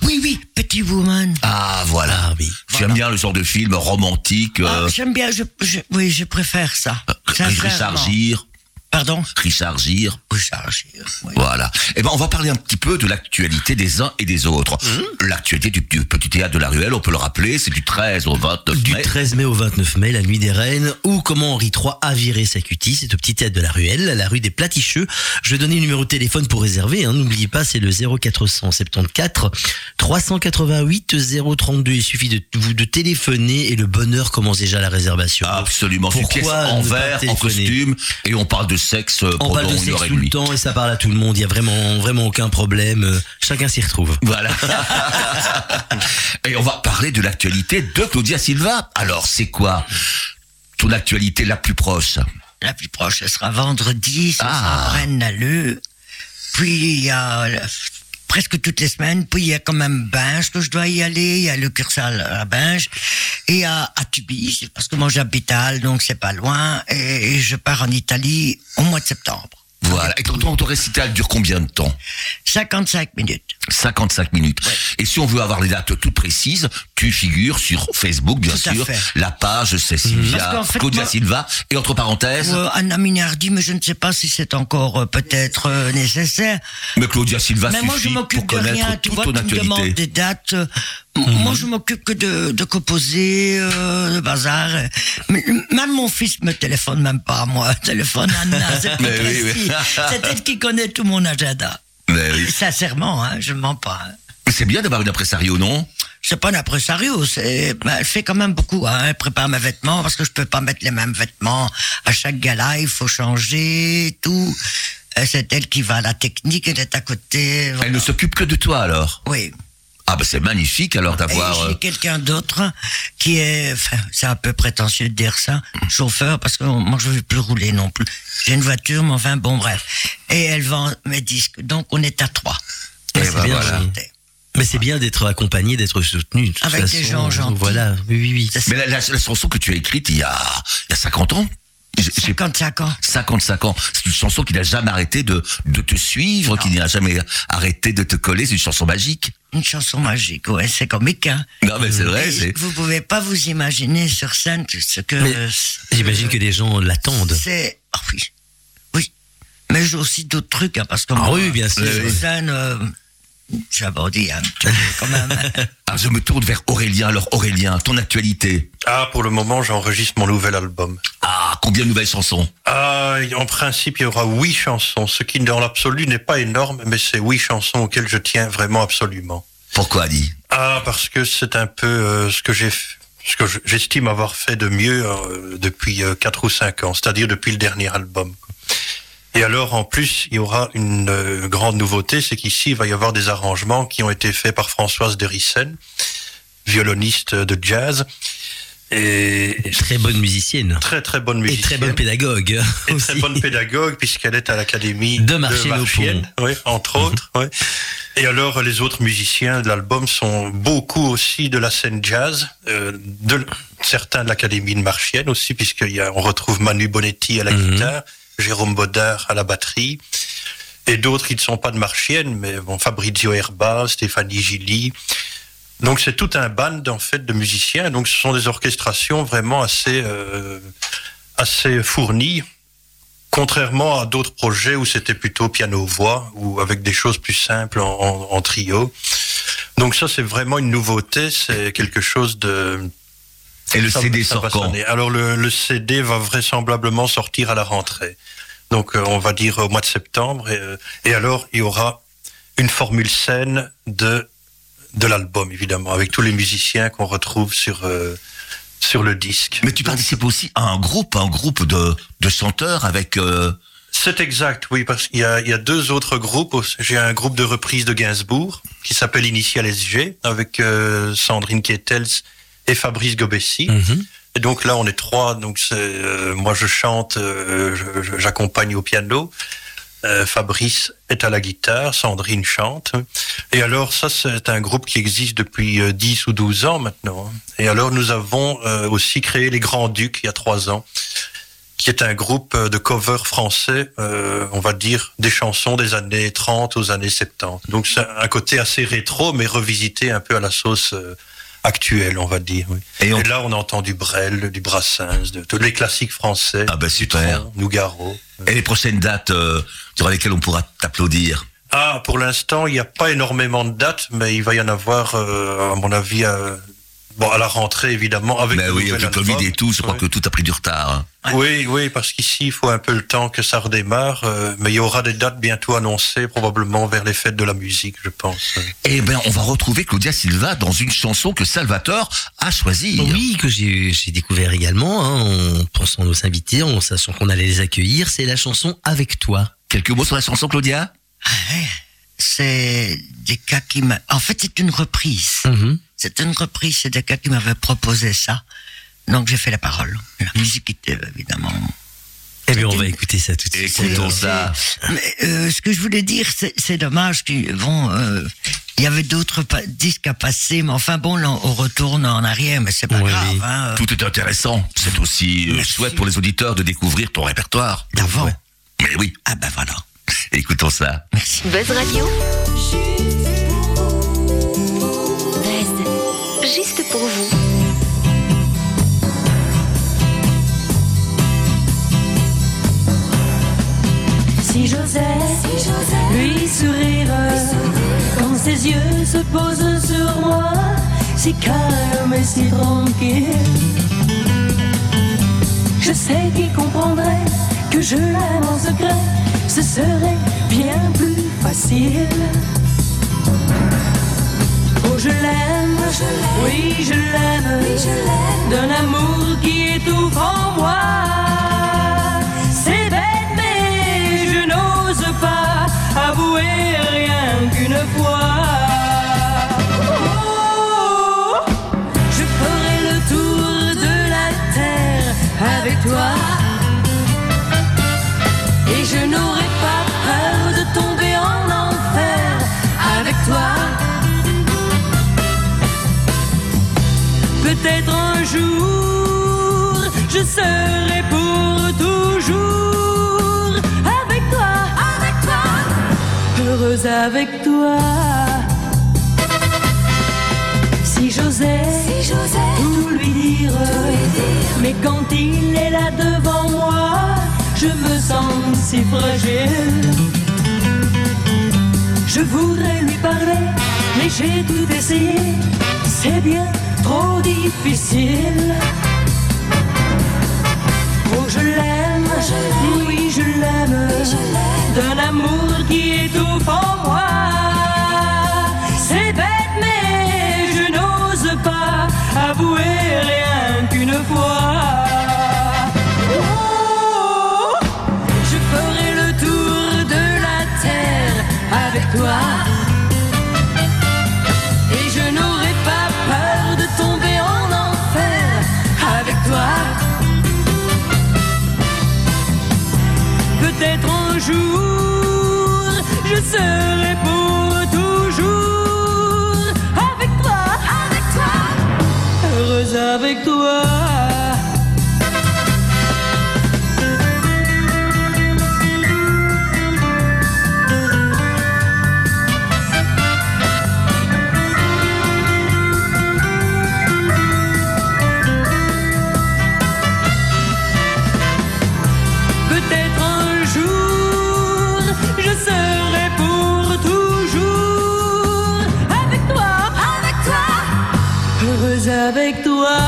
C: Oui, oui, Petit Woman.
A: Ah, voilà. oui. J'aime
C: Voilà.
A: bien le genre de film romantique.
C: Ah,
A: euh,
C: J'aime bien, je, je- oui, je préfère ça.
A: Richard
C: Sincèrement.
A: Gere.
C: Pardon
A: Richard Gere.
C: Richard Gere, oui.
A: Voilà. Eh ben, on va parler un petit peu de l'actualité des uns et des autres.
C: Mmh.
A: L'actualité du, du petit théâtre de la ruelle, on peut le rappeler, c'est du 13 au 29
B: Du
A: mai.
B: 13 mai au 29 mai, la nuit des reines, ou comment Henri III a viré sa cutie, c'est au petit théâtre de la ruelle, à la rue des Platicheux. Je vais donner le numéro de téléphone pour réserver, hein. n'oubliez pas, c'est le 0474 388 032. Il suffit de, vous- de téléphoner et le bonheur commence déjà à la réservation.
A: Ah, Absolument. C'est une
B: Pourquoi
A: pièce en
B: ne pas
A: verre, en
B: téléphoner
A: costume, et on parle de sexe euh,
B: On
A: pendant
B: parle de
A: une heure
B: sexe
A: et
B: tout le
A: demie.
B: temps et ça parle à tout le monde, il y a vraiment, vraiment aucun problème, euh, chacun s'y retrouve.
A: Voilà. et on va parler de l'actualité de Claudia Silva. Alors, c'est quoi ton actualité la plus proche
C: La plus proche, elle sera vendredi, ce
A: Ah.
C: sera Rennes-Naleu. Puis il y a euh, presque toutes les semaines, puis il y a quand même Binge que je dois y aller, il y a le Cursal à Binge, et à, à Tubi, c'est parce que moi j'habite à Halle, donc c'est pas loin, et, et je pars en Italie au mois de septembre.
A: Voilà. Et ton, ton- ton récital dure combien de temps
C: 55 minutes.
A: 55 minutes. Et si on veut avoir les dates toutes précises, tu figures sur Facebook, bien
C: Tout à
A: sûr,
C: fait.
A: la page c'est
C: Parce
A: Sylvia,
C: qu'en fait,
A: Claudia
C: moi-
A: Silva, et entre parenthèses,
C: Euh, Anna Minardi, mais je ne sais pas si c'est encore euh, peut-être euh, nécessaire.
A: mais Claudia Silva
C: Mais moi, je
A: suffit pour
C: m'occupe de
A: connaître
C: rien. Tu
A: toute
C: vois, tu
A: ton
C: me demandes
A: actualité. Mhm.
C: des dates. euh, m- Moi, je m'occupe que de, de composer, euh, de bazar. euh. Mais Même mon fils me téléphone, même pas à moi. Téléphone à Anna, c'est plus
A: Mais oui,
C: précis.
A: mais-
C: C'est elle qui connaît tout mon agenda.
A: Mais oui.
C: Sincèrement, hein, je ne mens pas. hein.
A: C'est bien d'avoir une impresario, non
C: C'est pas un impresario, c'est, ben, elle fait quand même beaucoup, hein. Elle prépare mes vêtements parce que je peux pas mettre les mêmes vêtements à chaque gala, il faut changer, tout. Euh, C'est elle qui va à la technique, elle est à côté.
A: Elle ne s'occupe que de toi alors.
C: Oui.
A: Ah ben c'est magnifique alors
C: Et
A: d'avoir... euh,
C: j'ai quelqu'un d'autre qui est, enfin, c'est un peu prétentieux de dire ça, chauffeur, parce que moi je veux plus rouler non plus. J'ai une voiture, mais enfin bon bref. Et elle vend mes disques, donc on est à trois.
A: eh
B: Ouais,
A: ben,
B: c'est bien,
A: voilà.
B: je- Mais c'est bien d'être accompagné, d'être soutenu. de toute
C: Avec des gens
B: façon.
C: gentils.
B: Voilà, oui, oui, oui.
C: C'est
A: Mais la, la- la chanson que tu as écrite il y a, il y a 50 ans J'ai- j'ai
C: 55 ans.
A: 55 ans. C'est une chanson qui n'a jamais arrêté de, de te suivre, qui n'a jamais arrêté de te coller. C'est une chanson magique.
C: Une chanson magique, ouais, c'est comique, hein.
A: Non mais c'est vrai.
C: Et
A: c'est-
C: Vous pouvez pas vous imaginer sur scène ce que
B: Mais J'imagine que les gens l'attendent.
C: c'est. Ah oui, oui. Mais j'ai aussi d'autres trucs hein, parce que
B: Ah
C: moi,
B: oui, bien sûr.
C: sur
B: Oui.
C: scène, euh, j'ai abordé hein, tu vois, quand même. hein.
A: Ah, je me tourne vers Aurélien. Alors Aurélien, ton actualité.
D: Ah, pour le moment, j'enregistre mon nouvel album.
A: Ah, combien de nouvelles chansons
D: Ah, en principe, il y aura huit chansons, ce qui dans l'absolu n'est pas énorme, mais c'est huit chansons auxquelles je tiens vraiment absolument.
A: Pourquoi, Annie
D: Ah, parce que c'est un peu euh, ce que j'ai, f- ce que je- j'estime avoir fait de mieux euh, depuis euh, quatre ou cinq ans, c'est-à-dire depuis le dernier album. quoi. Et alors, en plus, il y aura une euh, grande nouveauté, c'est qu'ici, il va y avoir des arrangements qui ont été faits par Françoise Derissen, violoniste de jazz, et et
B: Très bonne musicienne.
D: très très bonne
B: Et
D: musicienne.
B: très bonne pédagogue. hein,
D: Et
B: aussi.
D: très bonne pédagogue puisqu'elle est à l'académie
B: De Mm-hmm. Marchienne au
D: Marchienne, oui, entre autres. oui. Et alors les autres musiciens de l'album sont beaucoup aussi de la scène jazz, euh, de l- certains de l'académie de Marchienne aussi puisqu'il y a, on retrouve Manu Bonetti à la
B: Mhm.
D: guitare, Jérôme Baudard à la batterie. Et d'autres qui ne sont pas de Marchienne, mais bon, Fabrizio Herba, Stéphanie Gilly. Donc c'est tout un band en fait de musiciens. Donc ce sont des orchestrations vraiment assez euh, assez fournies, contrairement à d'autres projets où c'était plutôt piano voix ou avec des choses plus simples en, en- en trio. Donc ça c'est vraiment une nouveauté, c'est quelque chose de
A: Et le
D: Ça-
A: CD
D: ça
A: sort
D: va
A: quand
D: sonner. Alors le, le CD va vraisemblablement sortir à la rentrée. Donc euh, on va dire au mois de septembre. Et, euh, et alors il y aura une formule saine de de l'album évidemment avec tous les musiciens qu'on retrouve sur euh, sur le disque.
A: Mais tu participes aussi à un groupe, un groupe de, de chanteurs avec... euh,
D: C'est exact, oui, parce qu'il y a, il y a deux autres groupes. J'ai un groupe de reprise de Gainsbourg qui s'appelle Initial SG avec euh, Sandrine Kietels et Fabrice Gobessi. Et donc là, on est trois. Donc c'est, euh, moi, je chante, euh, je- je- j'accompagne au piano. Euh, Fabrice est à la guitare, Sandrine chante. Et alors, ça, c'est un groupe qui existe depuis euh, 10 ou 12 ans maintenant. Et alors, nous avons euh, aussi créé Les Grands Ducs il y a trois ans, qui est un groupe euh, de cover français, euh, on va dire, des chansons des années 30 aux années 70. Donc, c'est un côté assez rétro, mais revisité un peu à la sauce euh, actuelle, on va dire. oui.
A: et on-
D: Et là, on entend du Brel, du Brassens, de tous les classiques français.
A: Ah bah super.
D: Tron, Nougaro.
A: Et les prochaines dates euh, durant lesquelles on pourra t'applaudir
D: Ah, pour l'instant, il n'y a pas énormément de dates, mais il va y en avoir, euh, à mon avis, euh, bon, à la rentrée, évidemment, avec
A: Mais
D: le
A: Ben oui,
D: nouvel
A: avec le
D: album.
A: Covid et tout, je crois
D: Oui.
A: que tout a pris du retard. hein.
D: Oui, oui, parce qu'ici, il faut un peu le temps que ça redémarre, euh, mais il y aura des dates bientôt annoncées, probablement vers les fêtes de la musique, je pense.
A: Eh ben, on va retrouver Claudia Silva dans une chanson que Salvatore a choisie.
D: hein.
B: Oui, que j'ai j'ai découvert également, hein, en pensant à nos invités, en sachant qu'on allait les accueillir, c'est la chanson Avec toi.
A: Quelques mots sur la chanson, Claudia
C: Ah C'est des cas qui m'a. En fait, c'est une reprise.
D: Mhm.
C: C'est une reprise. C'est des cas qui m'avaient proposé ça. Donc j'ai fait la parole. La musique était euh, évidemment.
B: Eh bien, on va écouter ça tout de suite.
A: Écoutons
B: C'est-
A: ça.
C: Mais euh, ce que je voulais dire, c'est c'est dommage qu'ils vont. euh, il y avait d'autres pa- disques à passer, mais enfin bon, là, on retourne en arrière, mais c'est pas
B: Oui.
C: grave. Hein, euh,
A: Tout est intéressant. C'est aussi euh,
C: Merci.
A: chouette pour les auditeurs de découvrir ton répertoire.
C: D'avant.
A: Mais oui,
C: Ah ben voilà.
A: écoutons ça.
C: Merci.
E: Buzz Radio,
F: Juste pour vous.
E: Buzz, juste pour vous.
F: Si j'osais, lui sourire, quand ses yeux se posent sur moi, si calme et si tranquille, je sais qu'il comprendrait que je l'aime en secret, ce serait bien plus facile. Oh, je l'aime, oui, je l'aime, d'un amour qui étouffe en moi. C'est bête, mais je n'ose pas avouer rien qu'une fois. Oh, je ferai le tour de la terre avec toi. Et je n'aurai pas peur de tomber en enfer avec toi. Peut-être un jour, je serai pour toujours avec toi, avec toi, heureuse avec toi. Si j'osais, tout lui dire, mais quand il est là devant moi, je me sens si fragile. Je voudrais lui parler, mais j'ai tout essayé. C'est bien trop difficile. Oh, je l'aime, oui, je l'aime. D'un amour qui étouffe en moi. C'est bête, mais je n'ose pas avouer rien qu'une fois. Oh, je ferai le tour de la terre avec toi. Et je n'aurai pas peur de tomber en enfer avec toi. Peut-être un jour, je serai pour toujours avec toi, avec toi, heureuse avec toi. Peut-être un jour, je serai pour toujours avec toi, avec toi, heureuse avec toi.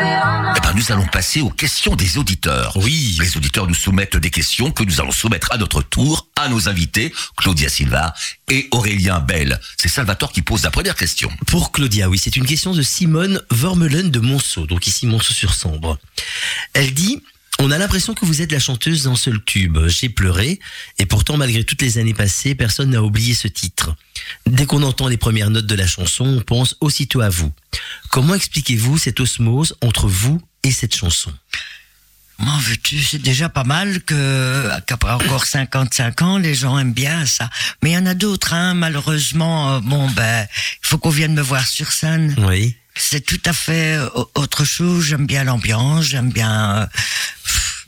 A: Eh ben, nous allons passer aux questions des auditeurs. Oui. Les auditeurs nous soumettent des questions que nous allons soumettre à notre tour à nos invités, Claudia Silva et Aurélien Bell. C'est Salvatore qui pose la première question.
B: Pour Claudia, oui, c'est une question de Simone Vormelen de Monceau, donc ici Monceau-sur-Sambre. Elle dit On a l'impression que vous êtes la chanteuse d'un seul tube. J'ai pleuré, et pourtant, malgré toutes les années passées, personne n'a oublié ce titre. Dès qu'on entend les premières notes de la chanson, on pense aussitôt à vous. Comment expliquez-vous cette osmose entre vous et cette chanson
C: Comment veux-tu C'est déjà pas mal que qu'après encore 55 ans, les gens aiment bien ça. Mais il y en a d'autres, hein, malheureusement. euh, bon, ben, il faut qu'on vienne me voir sur scène.
B: Oui.
C: C'est tout à fait euh, autre chose. J'aime bien l'ambiance, j'aime bien euh, pff,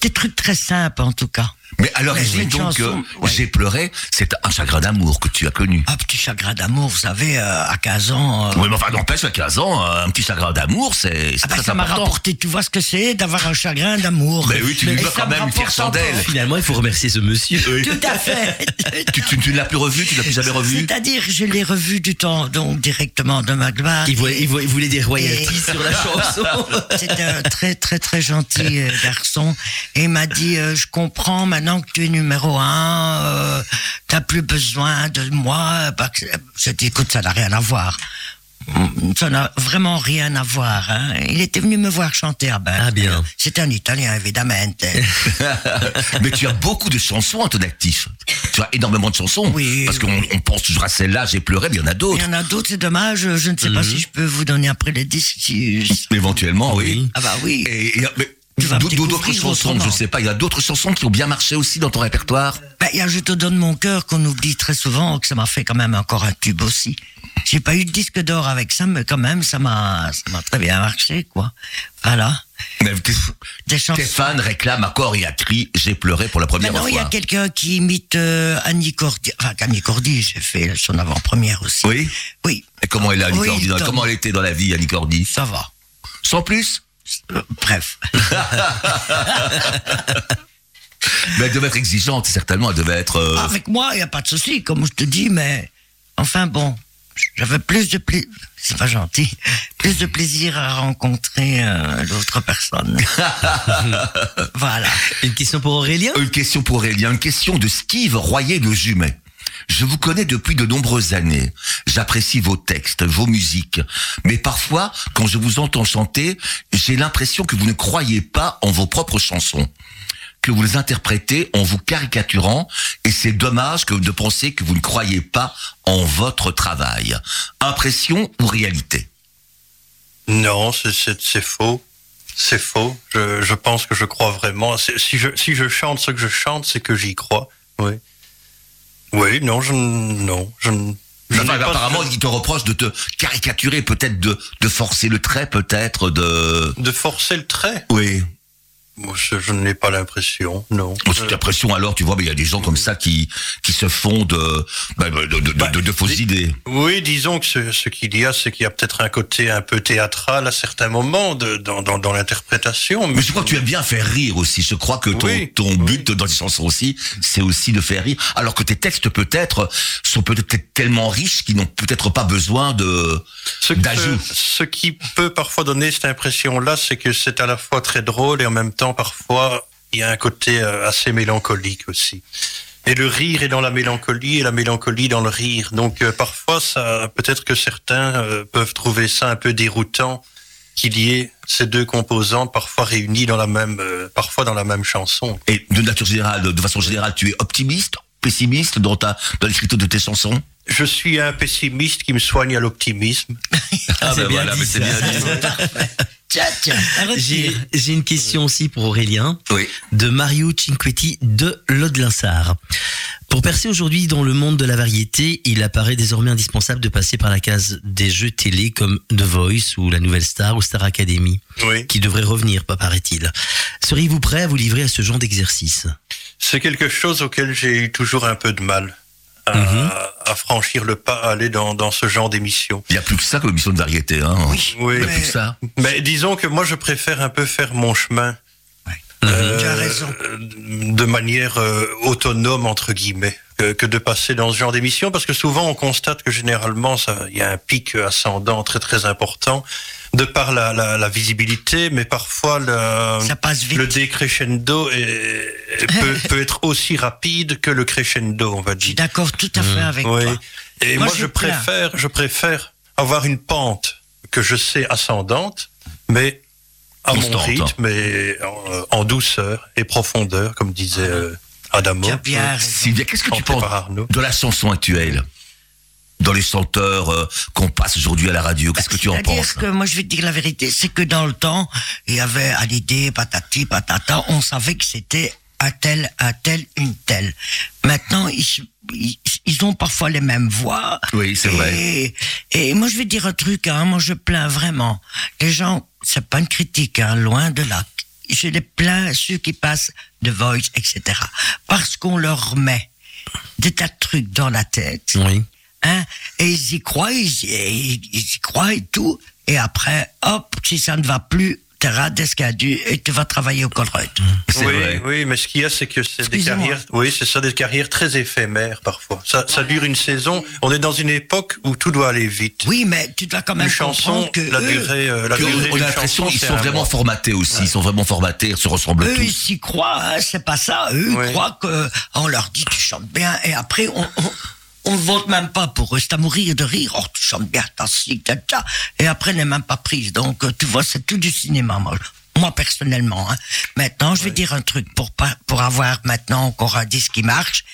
C: des trucs très simples en tout cas.
A: Mais alors,
C: Mais
A: dis
C: une
A: donc,
C: chanson,
A: euh,
C: ouais.
A: j'ai pleuré, c'est un chagrin d'amour que tu as connu.
C: Un Ah, petit chagrin d'amour, vous savez, euh, à 15 ans. euh,
A: Oui, mais enfin, n'empêche, à 15 ans, un petit chagrin d'amour, c'est c'est
C: ah ben,
A: très
C: ça m'a
A: important.
C: rapporté, tu vois ce que c'est d'avoir un chagrin d'amour.
A: Mais oui, tu lui
C: Et
A: dois
C: ça
A: quand
C: me
A: même une
C: rapporte
A: firsandelle.
B: Finalement, il faut remercier ce monsieur.
C: Tout à fait.
A: Tu, tu, tu ne l'as plus revu, tu ne l'as plus jamais revu.
C: C'est-à-dire, je l'ai revu du temps, donc directement de Magbar.
B: Il voulait, il voulait- il voulait des royalties
C: Et-
B: sur la chanson.
C: C'est un très très très gentil euh, garçon et il m'a dit euh, je comprends maintenant que tu es numéro un, euh, t'as plus besoin de moi. Bah, que- J'ai dit écoute ça n'a rien à voir, Mm, ça n'a vraiment rien à voir. hein. Il était venu me voir chanter à Berne.
B: Ah, bien.
C: C'est un Italien évidemment.
A: Mais tu as beaucoup de chansons en ton actif. Tu as énormément de chansons.
C: Oui.
A: Parce qu'on on pense toujours à celle-là, j'ai pleuré, mais il y en a
C: Il y
A: d'autres.
C: en a d'autres c'est dommage. Je ne sais pas
B: Mhm.
C: si je peux vous donner après les disques. si-
A: Éventuellement, oui.
C: Ah bah oui.
A: Et, et- mais
C: Tu vas me
A: d'au- d'au- d'autres
C: découvrir
A: chansons,
C: autrement.
A: je sais pas, il y a d'autres chansons qui ont bien marché aussi dans ton répertoire.
C: Bah, il y a Je te donne mon cœur qu'on oublie très souvent, que ça m'a fait quand même encore un tube aussi. J'ai pas eu de disque d'or avec ça, mais quand même, ça m'a, ça m'a très bien marché, quoi. Voilà.
A: Mais Tes
C: Des
A: tes
C: chansons.
A: fans réclament à corps et à cri, j'ai pleuré pour la première
C: Maintenant, Bah il y a
A: fois.
C: quelqu'un qui imite euh, Annie Cordy. Enfin, Annie Cordy, j'ai fait son avant-première aussi.
A: Oui.
C: Oui,
A: Et comment elle a, Annie
C: Oui,
A: Cordy, dans-
C: Tom.
A: Comment elle était dans la vie, Annie Cordy
C: ça va.
A: Sans plus
C: Euh, Bref.
A: Mais elle devait être exigeante, certainement, elle devait être. euh,
C: Avec moi, il n'y a pas de souci, comme je te dis, mais enfin bon, j'avais plus de plaisir, c'est pas gentil, plus de plaisir à rencontrer euh, l'autre personne. voilà.
B: Une question pour Aurélien
A: Une question pour Aurélien, une question de Steve Royer de Jumet. Je vous connais depuis de nombreuses années. J'apprécie vos textes, vos musiques. Mais parfois, quand je vous entends chanter, j'ai l'impression que vous ne croyez pas en vos propres chansons. Que vous les interprétez en vous caricaturant. Et c'est dommage que de penser que vous ne croyez pas en votre travail. Impression ou réalité?
D: Non, c'est- c'est c'est faux. C'est faux. Je, je pense que je crois vraiment. C'est- Si je, si je chante ce que je chante, c'est que j'y crois. Oui. Oui, non, je. n- Non, je. n- je
A: Enfin,
D: n'ai pas-
A: apparemment, ils te reprochent de te caricaturer, peut-être de, de forcer le trait, peut-être de...
D: De forcer le trait
A: Oui.
D: Moi, Je, je n'ai pas l'impression, non. Euh,
A: Bon, c'est l'impression alors, tu vois, mais il y a des gens comme ça qui qui se font de bah, de, de, de- de- de fausses
D: des-
A: idées.
D: Oui, disons que ce, ce qu'il y a, c'est qu'il y a peut-être un côté un peu théâtral à certains moments de, dans, dans, dans l'interprétation.
A: Mais je crois que tu aimes bien faire rire aussi. Je crois que ton,
D: Oui,
A: ton
D: oui.
A: but dans tes chansons aussi, c'est aussi de faire rire. Alors que tes textes peut-être sont peut-être tellement riches qu'ils n'ont peut-être pas besoin de.
D: Ce, que-
A: d'ajout.
D: ce qui peut parfois donner cette impression-là, c'est que c'est à la fois très drôle et en même temps parfois il y a un côté euh, assez mélancolique aussi. Et le rire est dans la mélancolie et la mélancolie dans le rire. Donc euh, parfois, ça, peut-être que certains euh, peuvent trouver ça un peu déroutant qu'il y ait ces deux composantes parfois réunis dans la même, euh, parfois dans la même chanson.
A: Et de nature générale, de façon générale, tu es optimiste, pessimiste dans ta dans l'écriture de tes chansons.
D: Je suis un pessimiste qui me soigne à l'optimisme.
B: Ah, c'est
A: ben
B: bien
A: voilà,
B: dit,
A: mais c'est
B: ça.
A: bien dit.
C: Tiens, tiens, à
B: J'ai
C: redire.
B: j'ai une question aussi pour Aurélien
A: Oui.
B: de Mario Cinquetti de Lodlinsard. Pour percer aujourd'hui dans le monde de la variété, il apparaît désormais indispensable de passer par la case des jeux télé comme The Voice ou La Nouvelle Star ou Star Academy,
D: Oui.
B: qui devrait revenir, pas paraît-il. Seriez-vous prêt à vous livrer à ce genre d'exercice
D: C'est quelque chose auquel j'ai eu toujours un peu de mal à,
B: Mhm.
D: à franchir le pas, à aller dans, dans ce genre d'émission.
A: Il y a plus que ça comme émission de variété, hein. Il
D: Oui,
A: y a plus
D: mais,
A: que ça.
D: mais disons que moi je préfère un peu faire mon chemin. euh,
C: Mhm. Tu as raison.
D: De manière euh, autonome, entre guillemets, que, que de passer dans ce genre d'émission, parce que souvent on constate que généralement ça- il y a un pic ascendant très très important. de par la, la, la visibilité, mais parfois le,
C: Ça passe vite.
D: le décrescendo est- peut, peut être aussi rapide que le crescendo, on va
C: Je suis
D: dire.
C: d'accord tout
D: Mmh.
C: à fait avec
D: Oui.
C: toi.
D: Et
C: Moi,
D: moi,
C: j'ai
D: je
C: plein.
D: préfère, je préfère avoir une pente que je sais ascendante, mais à mon
A: Constante.
D: rythme et en, en douceur et profondeur, comme disait euh, Adamo. Mmh.
C: Tu as bien raison.
A: Sylvia, qu'est-ce Ah. que tu
D: Chanté
A: penses
D: par Arnaud.
A: de la chanson actuelle Dans les chanteurs euh, qu'on passe aujourd'hui à la radio, qu'est-ce que tu en
C: C'est-à-dire
A: penses
C: que moi, je vais te dire la vérité, c'est que dans le temps, il y avait à l'idée, patati, patata, on savait que c'était un tel, un tel, une telle. Maintenant, ils, ils, ils ont parfois les mêmes voix.
A: Oui, c'est vrai.
C: Et, et moi, je vais te dire un truc, hein, moi, je plains vraiment. Les gens, c'est pas une critique, hein, loin de là. Je les plains, ceux qui passent de Voice, etc. Parce qu'on leur met des tas de trucs dans la tête.
B: Oui.
C: Hein et ils y croient, ils y, et ils- ils y croient et tout. Et après, hop, si ça ne va plus, tu escadu et tu vas travailler au Colruyt.
A: C'est
D: oui,
A: vrai.
D: oui, mais ce qu'il y a, c'est que c'est des
C: Excusez-moi.
D: carrières. Oui, c'est ça, des carrières très éphémères parfois. Ça, ça dure une saison. On est dans une époque où tout doit aller vite.
C: Oui, mais tu dois quand même
D: une chanson,
C: comprendre que
D: la
C: eux,
D: durée, euh, la
A: Que
D: durée
A: on
D: d'une
A: a l'impression
D: chanson,
A: qu'ils
D: c'est
A: sont
D: un
A: vraiment
D: mois.
A: formatés aussi, ils sont vraiment formatés, ils se ressemblent
C: eux,
A: tous.
C: ils s'y croient, hein, c'est pas ça. Eux,
D: Ouais.
C: ils croient que- euh, on leur dit tu chantes bien et après, on... on on ne vote même pas pour eux, c'est à mourir de rire. Oh, tu chantes bien, t'as ci, t'as ça. Et après, elle n'est même pas prise. Donc, euh, tu vois, c'est tout du cinéma, moi, moi personnellement. hein. Maintenant, je vais dire un truc. Pour, pas, pour avoir maintenant encore un disque qui marche,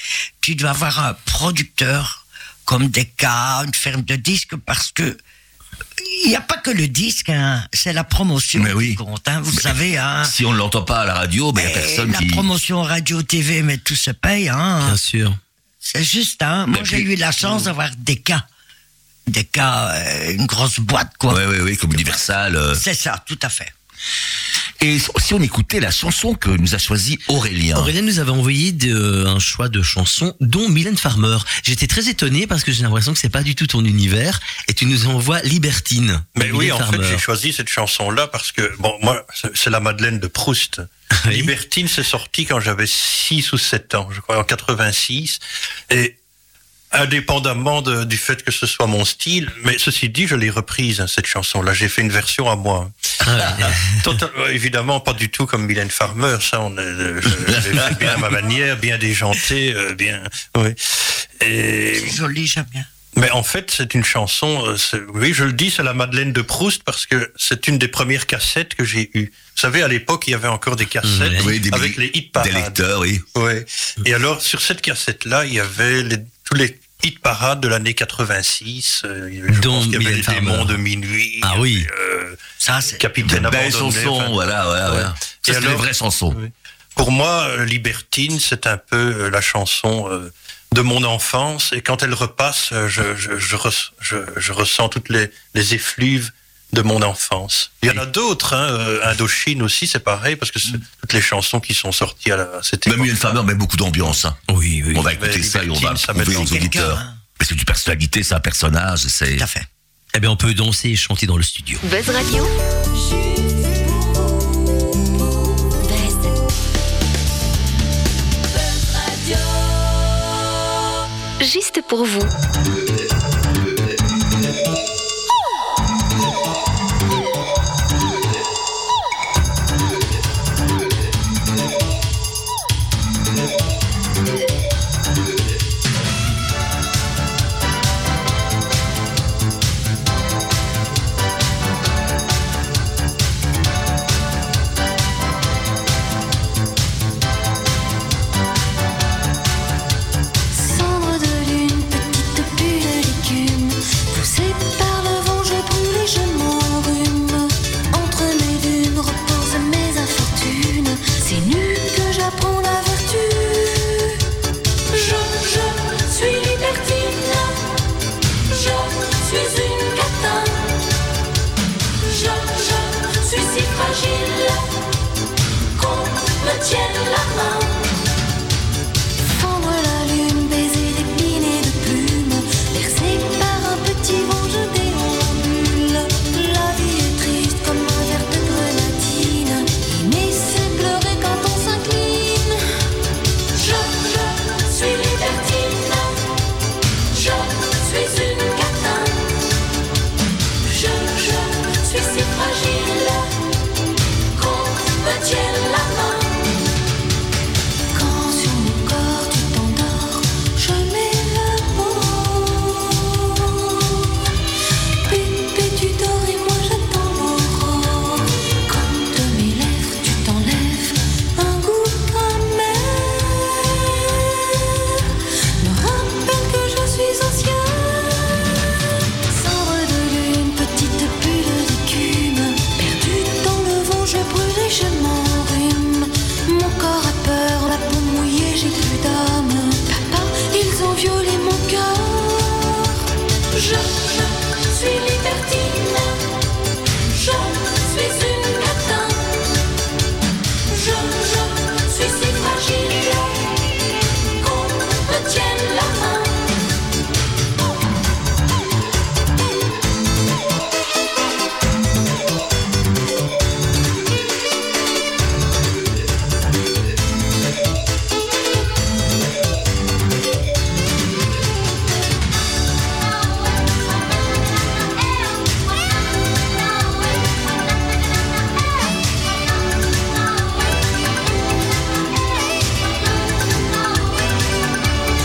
C: tu dois avoir un producteur comme des cas, une ferme de disques, parce que il n'y a pas que le disque, hein, c'est la promotion
A: Mais oui.
C: qui compte. hein, vous savez, hein.
A: Si on ne l'entend pas à la radio, ben, il n'y a
C: Et
A: personne
C: la
A: qui.
C: promotion radio, TV, mais tout se paye. Hein.
D: Ah.
B: Bien sûr.
C: C'est juste, hein. moi
A: Mais
C: j'ai
A: puis-
C: eu la chance d'avoir des cas. Des cas, euh, une grosse boîte, quoi.
A: Oui, oui, oui, comme Universal. euh.
C: C'est ça, tout à fait.
A: Et si on écoutait la chanson que nous a choisie Aurélien,
B: Aurélien nous avait envoyé de- un choix de chansons, dont Mylène Farmer. J'étais très étonné parce que j'ai l'impression que c'est pas du tout ton univers et tu nous envoies Libertine. de
D: Mais oui,
B: Mylène
D: en fait,
B: Farmer.
D: j'ai choisi cette chanson-là parce que, bon, moi, c'est- c'est la Madeleine de Proust.
B: Oui.
D: Libertine, c'est sorti quand j'avais 6 ou 7 ans, je crois, en 86. Et indépendamment de- du fait que ce soit mon style, mais ceci dit, je l'ai reprise, hein, cette chanson-là. J'ai fait une version à moi.
B: Ah ouais.
D: Total- ouais, évidemment, pas du tout comme Mylène Farmer, ça, on est, euh, je- je l'ai fait bien à ma manière, bien déjanté, euh, bien, oui. Et,
C: C'est joli, j'aime bien.
D: mais en fait, c'est une chanson. euh, c'est- Oui, je le dis, c'est la Madeleine de Proust parce que c'est une des premières cassettes que j'ai eues. Vous savez, à l'époque, il y avait encore des cassettes
B: Mmh,
A: oui, des
D: avec
A: mini-
D: les hit
A: des
D: parades.
A: lecteurs, oui.
D: Ouais. Et alors, sur cette cassette-là, il y avait les- tous les hit parades de l'année 86. euh, il y avait- je
B: Dont
D: pense qu'il y avait
B: Mylène
D: les démons
B: Farmer.
D: de minuit.
B: Ah oui.
D: euh,
C: Ça, c'est.
A: Des
D: Capitaine
A: belles
D: abandonné.
A: chansons,
D: enfin,
A: voilà, voilà, voilà. Ça,
D: Et
A: c'est
D: alors-
A: les vraies chansons.
D: Oui. Pour moi, euh, Libertine, c'est un peu euh, la chanson euh, de mon enfance. Et quand elle repasse, euh, je, je, je, res- je, je ressens toutes les, les effluves de mon enfance. Il y en a d'autres, hein, euh, Indochine aussi, c'est pareil, parce que c'est toutes les chansons qui sont sorties à, la, à cette
A: Même
D: époque.
A: Mylène Farmer met beaucoup d'ambiance. hein.
B: Oui, oui.
A: On va
D: mais
A: écouter ça et on va
D: Libertine, ça
A: prouver
D: met
A: aux
D: dans
A: auditeurs.
C: quelqu'un, hein.
A: Mais c'est une personnalité, c'est un personnage, c'est.
C: Tout à fait.
B: Eh bien, on peut danser et chanter dans le studio.
E: Buzz Radio,
F: Juste pour vous,
E: Buzz,
F: Buzz Radio.
E: juste pour vous.
F: Cendre de lune, petite bulle de légumes. Poussée par le vent, je brûle et je m'enrhume. Entre mes dunes reposent mes infortunes. C'est nu que j'apprends la vertu. Je, je suis libertine. Je suis une catin. Je, je suis si fragile qu'on me tienne la main. Fendre la lune, baiser d'épines et de plumes, bercé par un petit vent, je déambule. La vie est triste comme un verre de grenadine, mais c'est pleurer quand on s'incline. Je, je suis libertine, je suis une catin, Je, je suis libertine. Je suis une catin. Je, je suis si fragile qu'on me tienne la main.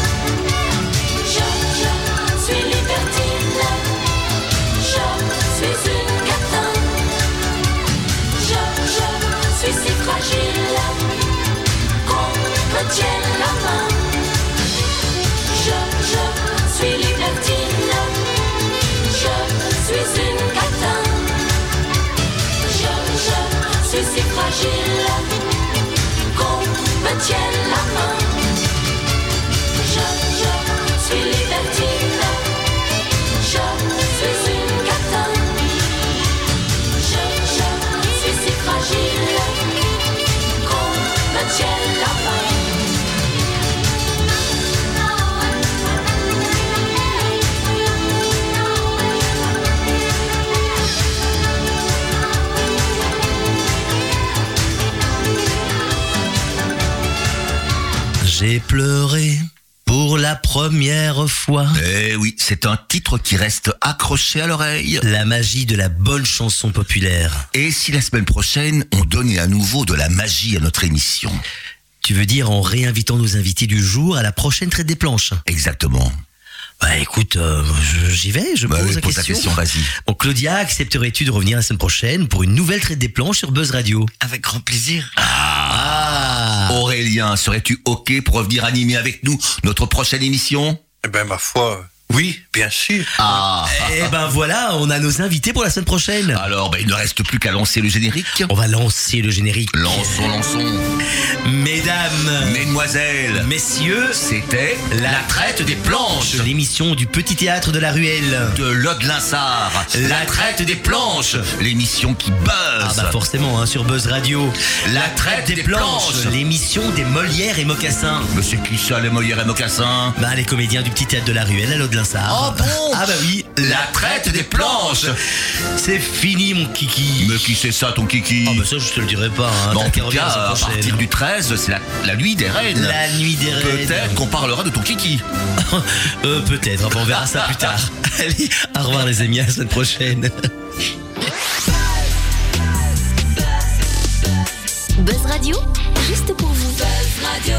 F: Je, je suis libertine. Je suis une catin. Je, je suis si fragile qu'on me tienne la main. Je, je suis libertine. Je suis une catin. Je, je suis si fragile qu'on me tienne la main. Je, je suis libertine. Je suis une catin. Je, je suis si fragile qu'on me tienne la main.
B: J'ai pleuré pour la première fois.
A: Eh oui, c'est un titre qui reste accroché à l'oreille.
B: La magie de la bonne chanson populaire.
A: Et si la semaine prochaine, on donnait à nouveau de la magie à notre émission
B: Tu veux dire en réinvitant nos invités du jour à la prochaine traite des planches
A: Exactement.
B: Bah écoute, euh, je- j'y vais, je
A: Bah
B: pose
A: oui,
B: la
A: pose la
B: question.
A: question, vas-y.
B: Bon, Claudia, accepterais-tu de revenir la semaine prochaine pour une nouvelle traite des planches sur Buzz Radio
C: Avec grand plaisir.
A: Ah Aurélien, serais-tu OK pour revenir animer avec nous notre prochaine émission
D: Eh ben, ma foi, oui, bien sûr.
A: Ah
B: Eh ben voilà, on a nos invités pour la semaine prochaine.
A: Alors, bah, il ne reste plus qu'à lancer le générique.
B: On va lancer le générique.
A: Lançons, lançons.
B: Mesdames,
A: Mesdemoiselles,
B: messieurs,
A: c'était
B: La
A: la traite des planches
B: l'émission du petit théâtre de la ruelle.
A: de Lode Linsard. La traite des planches, l'émission qui buzz.
B: Ah bah forcément, hein, sur Buzz Radio.
A: La traite des planches.
B: l'émission des Molières et Mocassins.
A: Mais c'est qui ça, les Molières et Mocassins
B: Bah les comédiens du petit théâtre de la ruelle à l'aude
A: Ah bon
B: Ah bah oui,
A: La traite des planches
B: c'est fini mon kiki.
A: Mais qui c'est ça, ton kiki
B: Ah bah ça je te le dirai pas. Hein,
A: Bon,
B: t'as
A: En
B: qu'à
A: tout
B: revenir
A: cas,
B: la
A: à
B: semaine prochaine.
A: partir du 13, c'est la, la nuit des reines.
B: La nuit des reines.
A: Peut-être qu'on parlera de ton kiki.
B: Euh, peut-être, Enfin, on verra ça plus tard. Allez, au revoir les amis, à la semaine prochaine.
E: Buzz Radio, juste pour vous.
F: Radio.